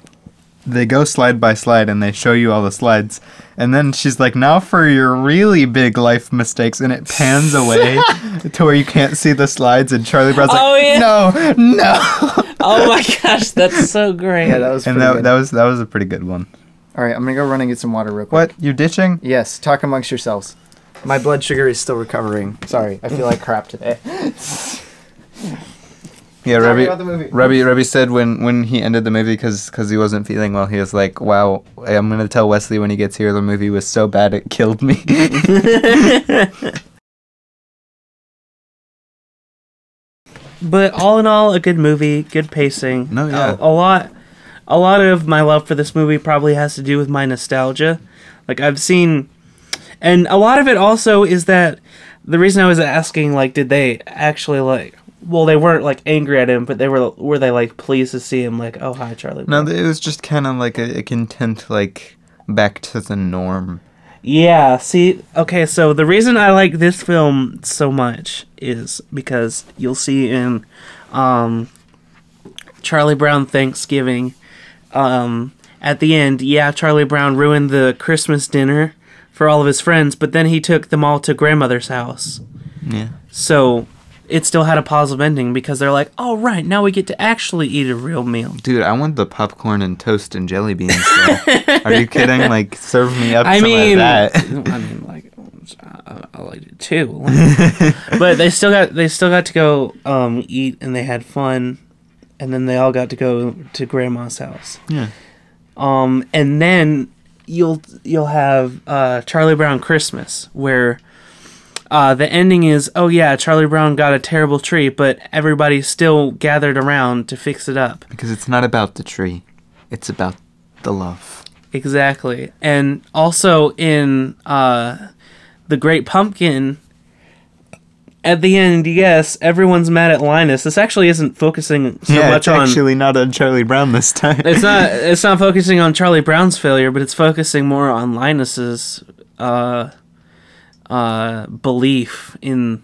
C: they go slide by slide and they show you all the slides. And then she's like, now for your really big life mistakes. And it pans away to where you can't see the slides. And Charlie Brown's like,
B: Oh, yeah.
C: no, no.
B: Oh my gosh, that's so great.
A: Yeah, that was
C: And
A: pretty
C: that,
A: good.
C: that was that was a pretty good one.
A: All right, I'm gonna go run and get some water real quick.
C: What? You're ditching?
A: Yes, talk amongst yourselves. My blood sugar is still recovering. Sorry, I feel like crap today.
C: Yeah,
A: Tell me
C: Rebby,
A: about the movie.
C: Rebby, Rebby said when, when he ended the movie because he wasn't feeling well, he was like, "Wow, I'm gonna tell Wesley when he gets here the movie was so bad it killed me."
B: but all in all, a good movie, good pacing.
C: No,
B: A-
C: yeah.
B: A, lot, a lot of my love for this movie probably has to do with my nostalgia. Like I've seen, and a lot of it also is that the reason I was asking, like, did they actually like? Well, they weren't like angry at him, but they were. Were they like pleased to see him? Like, oh hi, Charlie.
C: no,
B: Brown."
C: it was just kind of like a, a content, like back to the norm.
B: Yeah, see, okay, so the reason I like this film so much is because you'll see in um, Charlie Brown Thanksgiving um, at the end, yeah, Charlie Brown ruined the Christmas dinner for all of his friends, but then he took them all to grandmother's house.
C: Yeah.
B: So it still had a positive ending because they're like, all right, now we get to actually eat a real meal.
C: Dude, I want the popcorn and toast and jelly beans. though. Are you kidding? Like, serve me up
B: I
C: some
B: mean,
C: of that.
B: I mean, like, I, I liked it too. Like, but they still got they still got to go um, eat, and they had fun, and then they all got to go to grandma's house.
C: Yeah.
B: Um, and then you'll you'll have uh, Charlie Brown Christmas, where uh, the ending is, oh yeah, Charlie Brown got a terrible tree, but everybody still gathered around to fix it up.
C: Because it's not about the tree, it's about the love.
B: Exactly. And also in uh, The Great Pumpkin, at the end, yes, everyone's mad at Linus. This actually isn't focusing so
C: yeah,
B: much
C: it's
B: on.
C: actually not on Charlie Brown this time.
B: It's not. It's not focusing on Charlie Brown's failure, but it's focusing more on Linus's uh, uh, belief in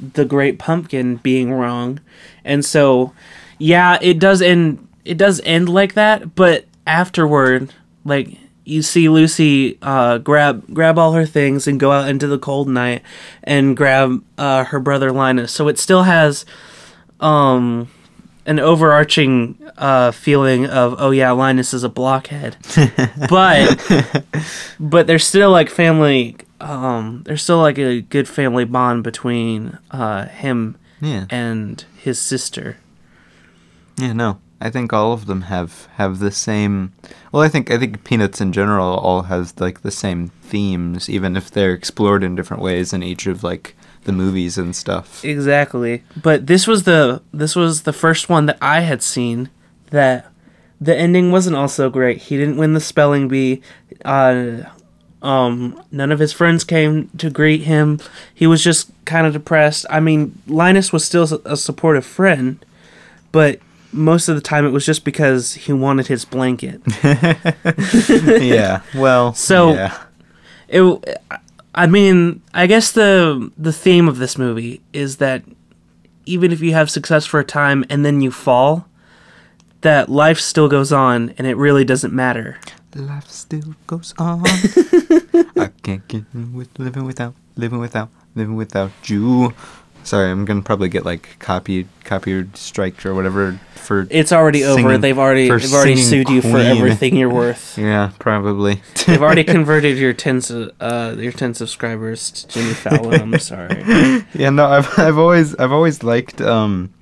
B: the Great Pumpkin being wrong, and so yeah, it does end. It does end like that, but afterward, like you see Lucy uh, grab grab all her things and go out into the cold night and grab uh, her brother Linus. So it still has um an overarching uh, feeling of oh yeah Linus is a blockhead, but but there's still like family um there's still like a good family bond between uh him
C: yeah.
B: and his sister.
C: Yeah, no. I think all of them have have the same. Well, I think I think Peanuts in general all has like the same themes, even if they're explored in different ways in each of like the movies and stuff.
B: Exactly. But this was the this was the first one that I had seen that the ending wasn't also great. He didn't win the spelling bee. Uh, um, none of his friends came to greet him. He was just kind of depressed. I mean, Linus was still a supportive friend, but most of the time it was just because he wanted his blanket.
C: yeah. Well.
B: So-
C: Yeah.
B: it i mean i guess the the theme of this movie is that even if you have success for a time and then you fall that life still goes on and it really doesn't matter
C: Life still goes on. I can't get with living without living without living without you. Sorry, I'm gonna probably get like copied, copied, striked or whatever for.
B: it's already over
C: Singing-
B: they've already
C: for
B: they've already
C: singing
B: sued you for
C: queen.
B: everything you're worth
C: yeah, probably.
B: they've already converted your 10 su- uh your 10 subscribers to jimmy fallon i'm sorry
C: Yeah, no, I've I've always I've always liked um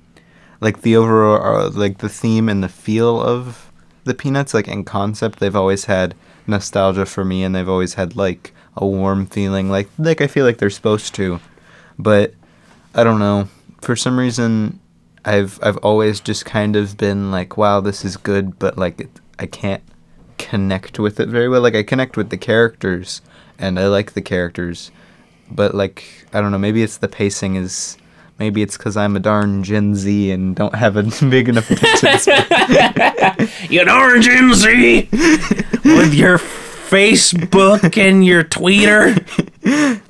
C: like the overall uh, like the theme and the feel of the Peanuts like in concept they've always had nostalgia for me and they've always had like a warm feeling like like I feel like they're supposed to. But I don't know. For some reason I've I've always just kind of been like wow, this is good, but like it, I can't connect with it very well. Like I connect with the characters and I like the characters but like I don't know, maybe it's the pacing is maybe it's because I'm a darn Gen Z and don't have a big enough attention span.
B: you know, Gen Z, with your Facebook and your Twitter.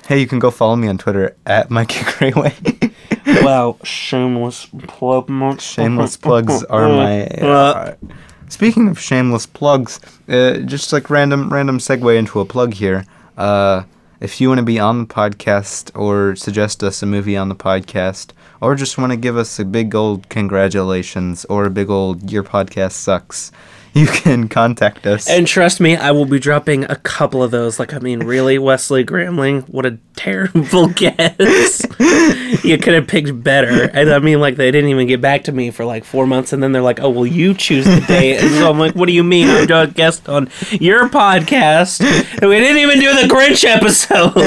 C: Hey, you can go follow me on Twitter at Mikey Grayway.
B: Wow, shameless plug.
C: Shameless plugs are my.
B: Uh,
C: Speaking of shameless plugs, uh, just like random random segue into a plug here. Uh, if you want to be on the podcast or suggest us a movie on the podcast, or just want to give us a big old congratulations or a big old your podcast sucks, you can contact us.
B: And trust me, I will be dropping a couple of those. Like, I mean, really, Wesley Gramling? What a terrible guess. you could have picked better. And I mean, like, they didn't even get back to me for like four months. And then they're like, oh, well, you choose the date. And so I'm like, what do you mean? I'm doing a guest on your podcast. And we didn't even do the Grinch episode.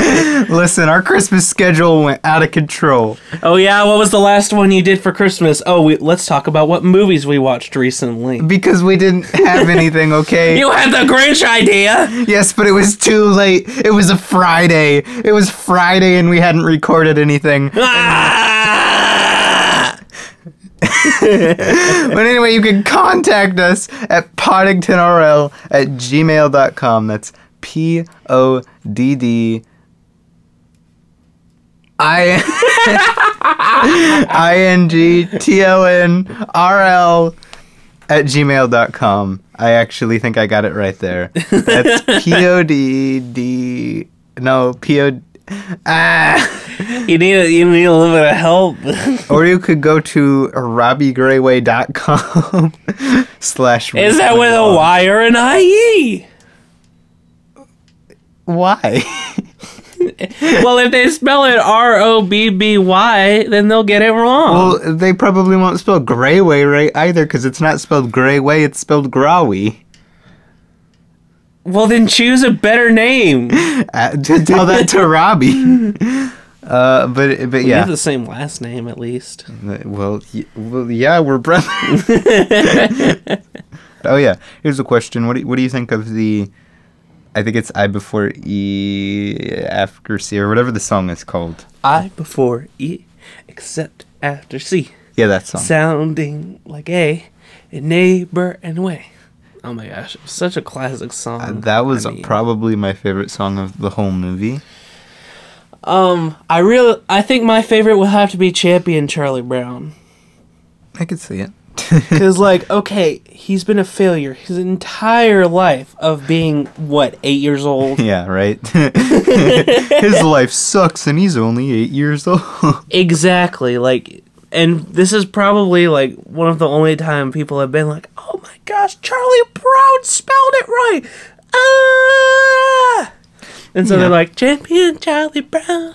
C: Listen, our Christmas schedule went out of control.
B: oh, yeah. What was the last one you did for Christmas? Oh, we, let's talk about what movies we watched recently.
C: Because we didn't have anything, okay?
B: You had the Grinch idea.
C: yes, but it was too late. It was a Friday. It was Friday and we hadn't recorded anything.
B: Ah!
C: but anyway, you can contact us at poddingtonrl at gmail.com. That's P O D D I I N G T O N R L at gmail.com. I actually think I got it right there. That's P O D D. No, P O. Ah.
B: You need a, you need a little bit of help.
C: Or you could go to robbiegrayway.com slash.
B: Is that with a Y or an IE?
C: Why?
B: Well, if they spell it R O B B Y, then they'll get it wrong.
C: Well, they probably won't spell Grayway right either because it's not spelled Grayway, it's spelled Grawy.
B: Well, then choose a better name. You
C: Uh, to tell that to Robbie. Uh, but but
B: have
C: yeah,
B: the same last name at least.
C: well, y- well yeah, we're brothers. oh yeah, here's a question. What do, you- what do you think of the? I think it's I before E after C or whatever the song is called.
B: I before E, except after C,
C: Yeah, that song.
B: sounding like A, in neighbor and way. Oh my gosh, such a classic song.
C: that was
B: I mean-
C: probably my favorite song of the whole movie.
B: um. I really, I think my favorite will have to be Champion Charlie Brown.
C: I could see it.
B: Because, like, okay, he's been a failure his entire life of being, what, eight years old?
C: Yeah, right. His life sucks, and he's only eight years old.
B: exactly. Like, and this is probably, like, one of the only time people have been like, oh my gosh, Charlie Brown spelled it right. Ah! And so
C: Yeah.
B: they're like, champion Charlie Brown.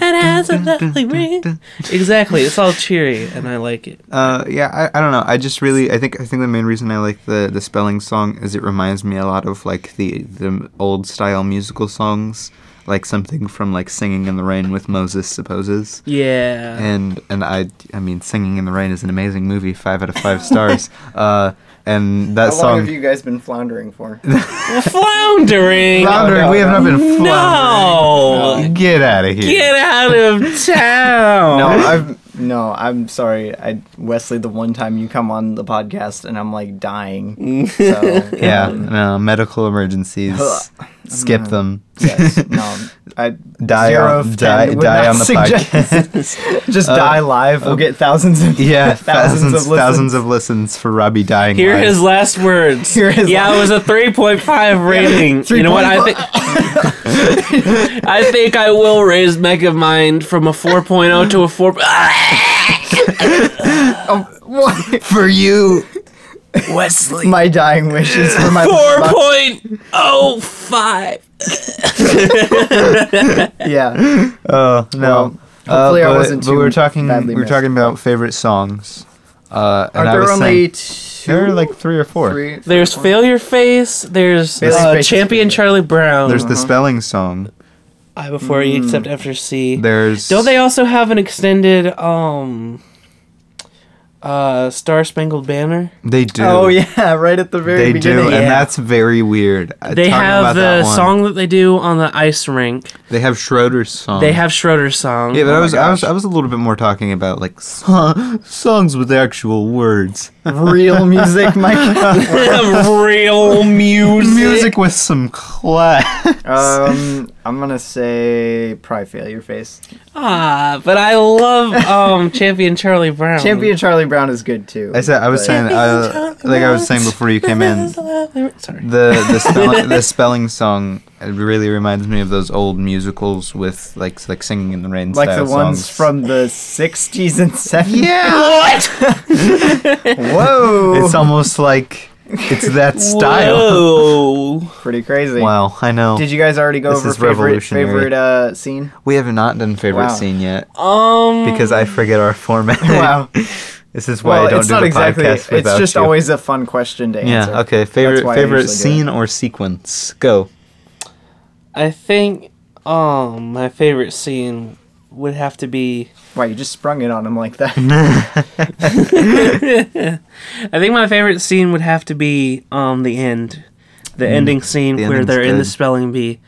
B: That has a lovely ring. Exactly. It's all cheery, and I like it.
C: Uh, yeah, I, I don't know. I just really, I think, I think the main reason I like the the spelling song is it reminds me a lot of like the the old style musical songs, like something from like Singing in the Rain with Moses supposes.
B: Yeah.
C: And and I, I mean, Singing in the Rain is an amazing movie, five out of five stars. uh, and that
A: How long
C: song.
A: have you guys been floundering for?
B: floundering.
C: Floundering, we have not been
B: No.
C: floundering. Get out of here.
B: Get out of town.
A: No, I've no. I'm sorry, I Wesley. The one time you come on the podcast, and I'm like dying. So
C: Yeah, no, medical emergencies. Skip them.
A: yes, no. I
C: Die
A: zero
C: on-
A: of ten
C: die-
A: would
C: die
A: not
C: on the
A: suggest- Just die live. We'll get thousands of
C: Yeah,
A: thousands,
C: thousands,
A: of listens.
C: thousands of listens for Robbie dying.
B: Here are
C: live.
B: his last words.
A: Here are his
B: yeah,
A: la-
B: it was a 3.5 rating. you know what? I think I think I will raise Mega Mind from a 4.0 to a Ah! 4.
A: Oh,
C: for you.
B: Wesley.
A: my dying wishes for my
B: 4.05.
A: yeah.
C: Oh no.
A: Well, hopefully I
C: but,
A: wasn't
C: but we were
A: too
C: talking. We
A: badly
C: were
A: missed.
C: talking about favorite songs. Uh, and
A: Are
C: I was
A: there only
C: saying,
A: two?
C: there are like three or four.
A: three-
B: There's Failure Face. There's
A: Failure
B: uh,
A: Face is
B: Champion
A: pretty good.
B: Charlie Brown.
C: There's
A: Uh-huh.
C: the spelling song.
B: I before E except after C.
C: There's
B: Don't they also have an extended um uh Star Spangled Banner?
C: They do.
A: Oh yeah, right at the very
C: They do,
A: beginning.
B: Yeah.
C: and that's very weird. Uh,
B: They
C: talking about
B: have the
C: that one,
B: song that they do on the ice rink.
C: They have Schroeder's song.
B: They have Schroeder's song.
C: Oh. Yeah, but
A: Oh
C: I
A: my
C: was I was
A: gosh.
C: I was a little bit more talking about like so- songs with actual words.
A: Real music, Mike.
B: Real music.
C: Music with some class.
A: um, I'm gonna say probably failure face.
B: Ah, but I love um Champion Charlie Brown.
A: Champion Charlie Brown is good too.
C: Um, I said I was
A: but-
C: saying I, like I was saying before you came in.
B: Sorry.
C: The the, spell, the spelling song it really reminds me of those old musicals with like like singing in the rain
A: like
C: style
A: the ones
C: songs.
A: from the '60s and '70s.
C: yeah.
A: Whoa,
C: It's almost like it's that style.
B: Whoa.
A: pretty crazy.
C: Wow, I know.
A: Did you guys already go
C: This
A: over
C: is
A: favorite
C: revolutionary.
A: favorite uh, scene?
C: we have not done favorite
A: Wow.
C: scene yet
B: Um.
C: because I forget our format.
A: Wow.
C: this is why I don't
A: it's
C: do
A: not
C: the
A: exactly.
C: podcast without
A: It's just
C: you.
A: always a fun question to answer.
C: yeah. Okay.
A: That's
C: Favorite
A: why I
C: favorite
A: usually do it.
C: scene or sequence? Go.
B: I think um my favorite scene would have to be.
A: Wow, you just sprung it on him like that.
B: I think my favorite scene would have to be um the end, the
A: Mm.
B: ending scene
C: the
B: where
C: ending's
B: they're in the
C: good.
B: spelling bee,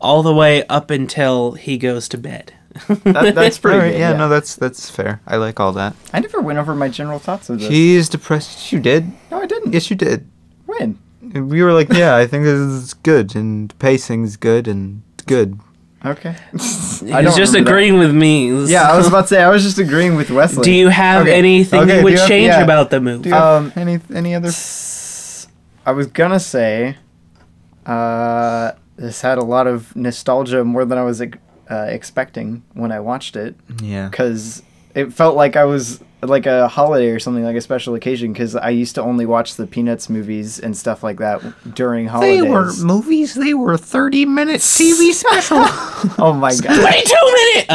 B: all the way up until he goes to bed.
A: That- that's pretty.
C: All right,
A: good,
C: yeah, no, that's that's fair. I like all that.
A: I never went over my general thoughts of this.
C: She's depressed. You did.
A: no, I didn't.
C: Yes, you did.
A: When?
C: And We were like, yeah, I think this is good, and pacing's good, and good.
A: Okay. I
B: He's
A: don't
B: just
A: remember that.
B: agreeing with me.
A: Yeah, I was about to say. I was just agreeing with Wesley.
B: Do you have
A: Okay.
B: anything
C: Okay,
B: you
C: do
B: would
C: you have-
B: change
C: yeah.
B: about the movie?
A: Um,
C: any any other?
A: I was gonna say, uh, this had a lot of nostalgia more than I was ex- uh, expecting when I watched it,
C: Yeah.
A: because it felt like I was like a holiday or something, like a special occasion. Because I used to only watch the Peanuts movies and stuff like that during holidays.
C: movies. They were thirty-minute TV special.
A: oh my god!
B: 22 minutes!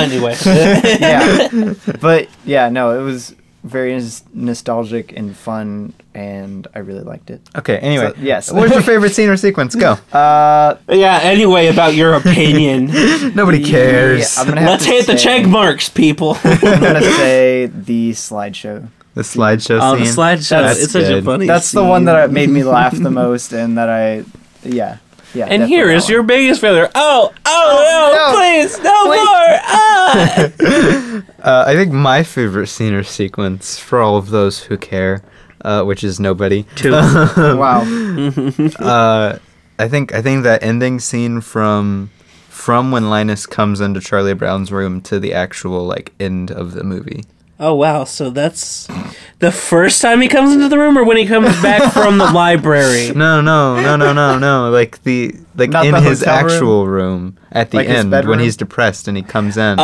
B: Anyway.
A: yeah, but yeah, no, it was very nos- nostalgic and fun, and I really liked it.
C: okay. Anyway,
A: So, yes.
C: What's your favorite scene or sequence? Go.
A: Uh,
B: yeah, anyway, about your opinion.
C: Nobody cares.
A: yeah, I'm gonna have
B: Let's
A: to
B: hit the
A: say-
B: check marks, people.
A: I'm gonna say the slideshow.
C: the slideshow
B: Oh, the
C: scene.
B: slideshow.
C: That's
B: It's such a
C: good.
B: funny
A: That's the one that I- made me laugh the most, and that I, yeah, yeah.
B: And
A: definitely
B: here
A: that
B: is
A: one.
B: your biggest failure. Oh, oh, no,
A: no.
B: please, no more. Ah.
C: Uh, I think my favorite scene or sequence for all of those who care, uh, which is nobody.
A: wow.
C: uh, I think I think that ending scene from from when Linus comes into Charlie Brown's room to the actual like end of the movie.
B: Oh, wow. So that's the first time he comes into the room or when he comes back from the library?
C: No, no, no, no, no, no. Like the like
A: Not
C: in
A: the
C: his
A: hotel room?
C: actual room, at the
A: Like his
C: end
A: bedroom?
C: when he's depressed and he comes in.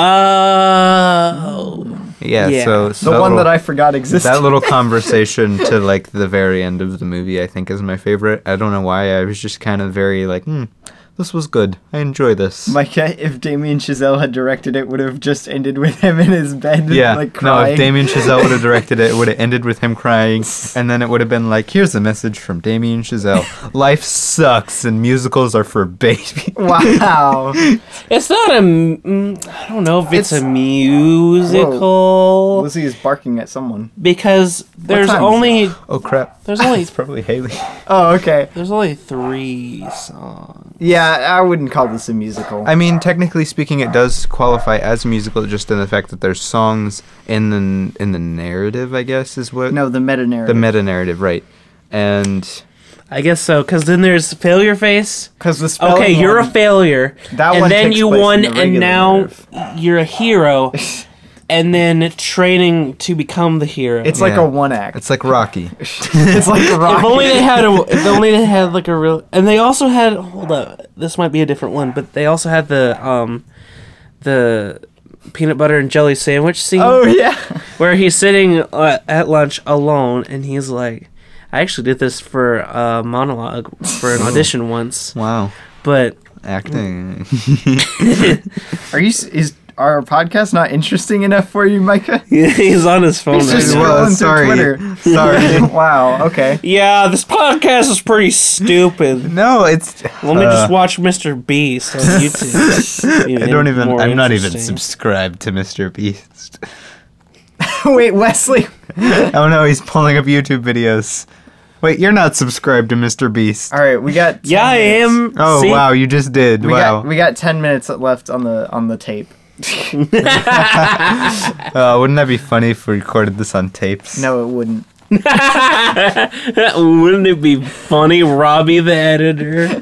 B: Oh.
C: yeah,
B: Uh, yeah.
C: so
A: The one that I forgot existed.
C: that little conversation to like the very end of the movie I think is my favorite. I don't know why. I was just kind of very like, hmm, this was good. I enjoy this.
A: Like uh, if Damien Chazelle had directed it, would have just ended with him in his bed,
C: Yeah.
A: like
C: no,
A: crying.
C: if Damien Chazelle would have directed it, it would have ended with him crying, and then it would have been like, "Here's a message from Damien Chazelle: Life sucks, and musicals are for babies."
A: Wow.
B: It's not a. m- mm, I don't know if it's,
A: It's-
B: a musical
A: Lizzie is barking at someone.
B: because there's
A: time is
B: only
C: Oh crap!
B: there's only
C: It's probably Haley.
A: Oh, okay.
B: there's only three songs.
A: Yeah, I wouldn't call this a musical.
C: I mean, technically speaking, it does qualify as a musical, just in the fact that there's songs in the in the narrative. I guess is what
A: no, the meta narrative.
C: the meta narrative, right? And
B: I guess so because then there's failure face.
A: Because the spelling.
B: Okay, you're a
A: one-
B: failure.
A: That
B: and
A: one
B: then
A: takes
B: you
A: place in
B: won,
A: the
B: and
A: regular
B: now
A: narrative.
B: you're a hero. and then training to become the hero.
A: It's like
C: Yeah.
A: a one act.
C: it's like Rocky.
A: it's like a
B: if
A: rock.
B: only they had a. If only they had like a real. And they also had. Hold up, this might be a different one, but they also had the um, the peanut butter and jelly sandwich scene
A: oh yeah.
B: where he's sitting uh, at lunch alone, and he's like. I actually did this for a monologue for an audition once,
C: Wow,
B: but
C: acting.
A: Are you? s- Is our podcast not interesting enough for you, Micah?
B: he's on his phone.
A: He's
B: right
A: just
B: now.
A: scrolling through
C: sorry.
A: Twitter.
C: Sorry.
A: wow. Okay.
B: Yeah, this podcast is pretty stupid.
C: no, it's.
B: Let me just watch Mr. Beast on YouTube.
C: Uh. I don't even.
B: More
C: I'm not even
B: interesting.
C: subscribed to Mr. Beast.
A: Wait, Wesley.
C: oh no, he's pulling up YouTube videos. Wait, you're not subscribed to Mr. Beast.
A: All right, we got. 10
B: yeah, I
A: minutes.
B: am.
C: Oh
B: See?
C: wow, you just did.
A: We
C: wow.
A: got we got ten minutes left on the on the tape.
C: uh, wouldn't that be funny if we recorded this on tapes?
A: No, it wouldn't.
B: Wouldn't it be funny, Robbie the editor?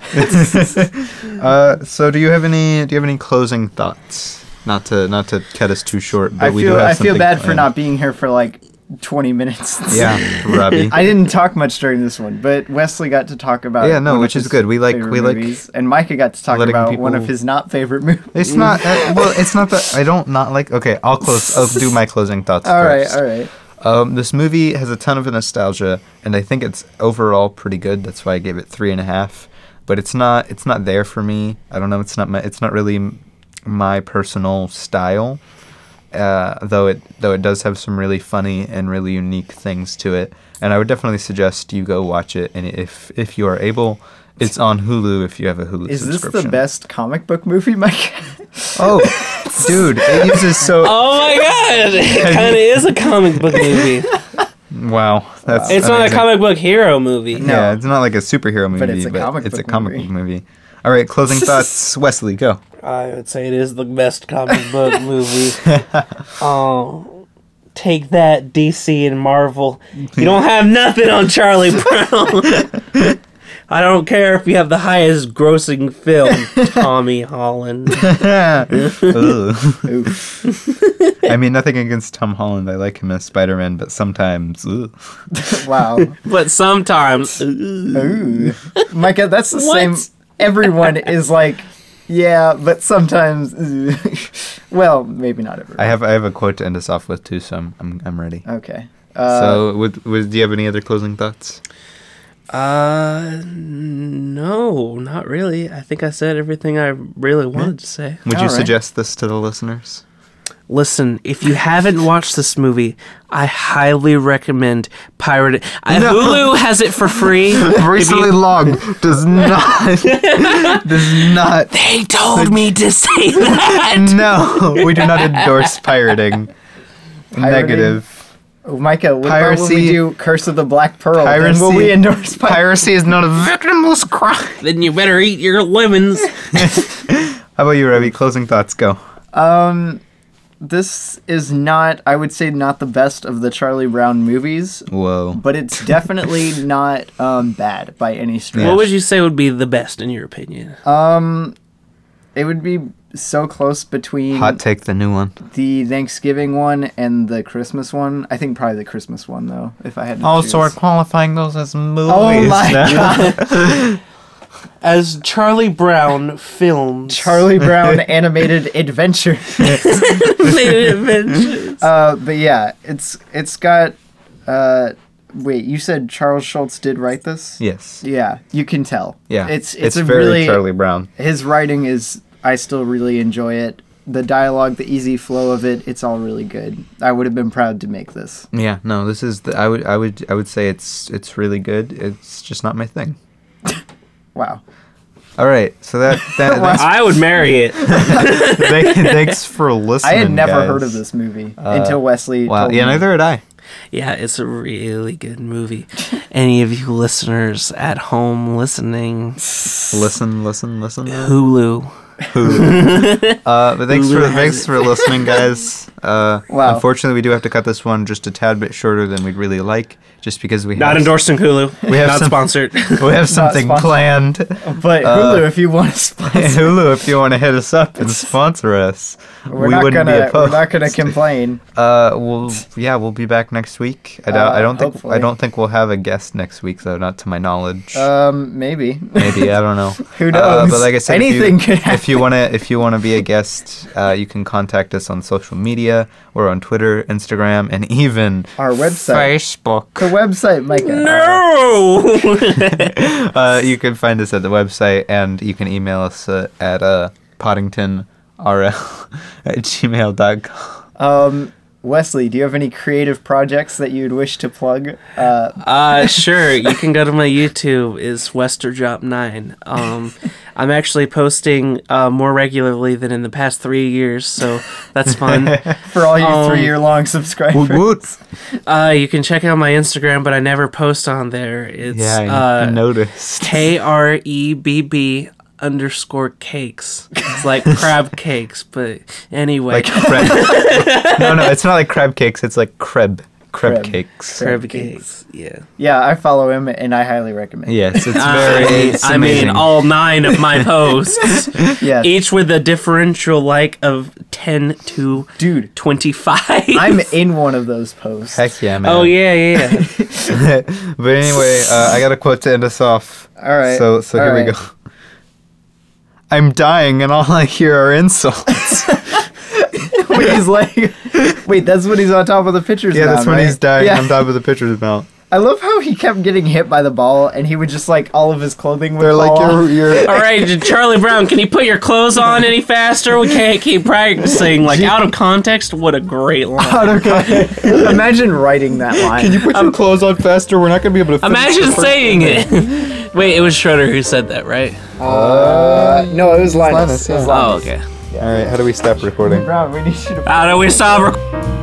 C: Uh, so do you have any do you have any closing thoughts? Not to not to cut us too short, but
A: I
C: we do
A: feel
C: have
A: I feel
C: something
A: bad for
C: planned.
A: not being here for like 20 minutes.
C: Yeah, Robbie.
A: I didn't talk much during this one, but Wesley got to talk about
C: Yeah, no,
A: one of
C: which is
A: his
C: good. We like-
A: favorite
C: we like
A: movies, and Micah got to talk
C: letting
A: about one of
C: people-
A: his not favorite movies.
C: It's not uh, well. It's not that I don't not like. Okay, I'll close. I'll do my closing thoughts.
A: All right,
C: first.
A: all right.
C: Um, this movie has a ton of nostalgia, and I think it's overall pretty good. That's why I gave it three and a half. But it's not it's not there for me. I don't know. It's not my it's not really m- my personal style. Uh, though it though it does have some really funny and really unique things to it, and I would definitely suggest you go watch it. And if if you are able, it's on Hulu if you have a Hulu
A: Is this
C: subscription.
A: the best comic book movie, Micah?
C: Oh, dude, it uses so.
B: Oh my god! It kind of is a comic book movie.
C: Wow, that's
B: It's not a
C: amazing.
B: comic book hero movie.
A: No.
C: Yeah, it's not like a superhero movie,
A: But it's a comic
C: it's a
A: book
C: comic
A: movie.
C: book movie. All right, closing thoughts, Wesley, go.
B: I would say it is the best comic book movie. Oh, take that, DC and Marvel. You don't have nothing on Charlie Brown. I don't care if you have the highest grossing film, Tommy Holland.
C: Ugh.
A: Oof.
C: I mean, nothing against Tom Holland. I like him as Spider Man, but sometimes. ugh.
A: Wow.
B: But sometimes.
A: Ooh. Micah, that's the
B: What?
A: same. Everyone is like, yeah, but sometimes. ooh." well, maybe not
C: I
A: everyone.
C: have I have a quote to end us off with too, so I'm I'm, I'm ready.
A: okay. Uh,
C: so, would, would, do you have any other closing thoughts?
B: Uh, no, not really. I think I said everything I really wanted to say.
C: Would you
A: All right.
C: suggest this to the listeners?
B: Listen, if you haven't watched this movie, I highly recommend pirate it. I-
C: No.
B: Hulu has it for free.
C: Recently logged does not does not
B: They told me to say that.
C: no, we do not endorse pirating. Negative.
A: Micah, what about when
C: Piracy-
A: we do Curse of the Black Pearl? Then will
C: Piracy-
A: we endorse piracy?
C: Piracy is not a victimless crime.
B: then you better eat your lemons.
C: How about you, Robbie? Closing thoughts go.
A: Um, This is not, I would say, not the best of the Charlie Brown movies,
C: Whoa.
A: but it's definitely not um, bad by any stretch. Um,
B: What would you say would be the best in your opinion?
A: It would be so close between
C: Hot take the new one.
A: the Thanksgiving one and the Christmas one. I think probably the Christmas one though, if I had to choose.
C: Oh, qualifying those as movies.
A: Oh my god.
B: As Charlie Brown films
A: Charlie Brown animated adventure.
B: Adventures.
A: Uh, but yeah, it's it's got uh, wait, you said Charles Schultz did write this?
C: Yes.
A: Yeah, you can tell.
C: Yeah.
A: It's it's, a
C: very
A: really
C: Charlie Brown.
A: his writing is I still really enjoy it. The dialogue, the easy flow of it, it's all really good. I would have been proud to make this.
C: Yeah. No, this is the. I would. I would. I would say it's. It's really good. It's just not my thing.
A: Wow.
C: All right. So that. that that's-
B: I would marry it.
C: thank- thanks for listening.
A: I had never
C: guys. Uh,
A: heard of this movie until Wesley
C: Wow.
A: told
C: Yeah.
A: me.
C: Neither had I.
B: Yeah, it's a really good movie. Any of you listeners at home listening,
C: Listen. Listen. Listen.
B: Hulu.
C: Uh, but thanks
B: Lulu
C: for
B: has
C: thanks for listening, guys. Uh,
A: Wow.
C: Unfortunately, we do have to cut this one just a tad bit shorter than we'd really like, just because we
B: Not
C: have,
B: endorsing Hulu.
C: We have
B: not
C: some-
B: sponsored.
C: we have something
A: sponsored.
C: planned.
A: But
C: uh,
A: Hulu, if you want to sponsor,
C: Hulu, if you want to hit us up and sponsor us,
A: we're
C: we
A: not
C: wouldn't be
A: gonna we're
C: opposed.
A: not gonna complain.
C: Uh, we'll yeah, we'll be back next week. I, doubt, I
A: Uh,
C: don't think I
A: hopefully.
C: don't think we'll have a guest next week though, not to my knowledge.
A: Um, maybe.
C: Maybe I don't know.
A: Who
C: Uh,
A: knows?
C: but like I said, if you-
A: Anything could
C: If you want to, if you want to be a guest, uh, you can contact us on social media. We're on Twitter, Instagram, and even
A: Our website. The
C: Facebook.
A: website, Micah.
B: no!
C: Uh, you can find us at the website, and you can email us uh, at uh, poddingtonrl at gmail.com.
A: Um, Wesley, do you have any creative projects that you'd wish to plug? Uh,
B: uh, sure. You can go to my YouTube. It's Westerjop9. Um, I'm actually posting uh, more regularly than in the past three years, so that's fun.
A: for all you
B: Um,
A: three-year-long subscribers.
B: Uh, you can check out my Instagram, but I never post on there. It's
C: Yeah, I
B: uh,
C: noticed.
B: K R E B B underscore cakes. It's like crab cakes, but anyway.
C: Like crab. no, no, it's not like crab cakes. It's like crab. crab
A: Crab.
C: cakes.
B: Crab
A: cakes.
B: cakes. Yeah. Uh,
A: Yeah, I follow him and I highly recommend. it.
C: Yes, it's
B: I,
C: very. It's
B: I mean,
C: amazing.
B: all nine of my posts,
A: Yes.
B: each with a differential like of 10 to
A: Dude,
B: 25.
A: I'm in one of those posts.
C: Heck yeah, man.
B: Oh, yeah, yeah, yeah.
C: but anyway, uh, I got a quote to end us off.
A: All right,
C: So so
A: all
C: here we
A: right.
C: go. I'm dying, and all I hear are insults.
A: Wait, he's like, wait, that's when he's on top of the pictures.
C: yeah, that's
A: mound,
C: when
A: right?
C: he's dying.
A: Yeah.
C: I'm dying with the pictures about.
A: I love how he kept getting hit by the ball, and he would just like all of his clothing would
C: They're
A: fall
C: like
A: off.
C: you're you're.
B: All right, Charlie Brown, can you put your clothes on any faster? We can't keep practicing. Like, out of context, what a great line.
C: Out of con-
A: Imagine writing that line.
C: Can you put your clothes on faster? We're not gonna be able to. finish
B: Imagine
C: the first-
B: saying it. Wait, it was Schroeder who said that, right?
A: Uh, no, it was Linus.
C: Linus,
A: It was
C: yeah.
A: Linus.
B: Oh, okay.
C: All right, how do we stop recording?
A: Brown, we need you to.
B: How do we stop? rec-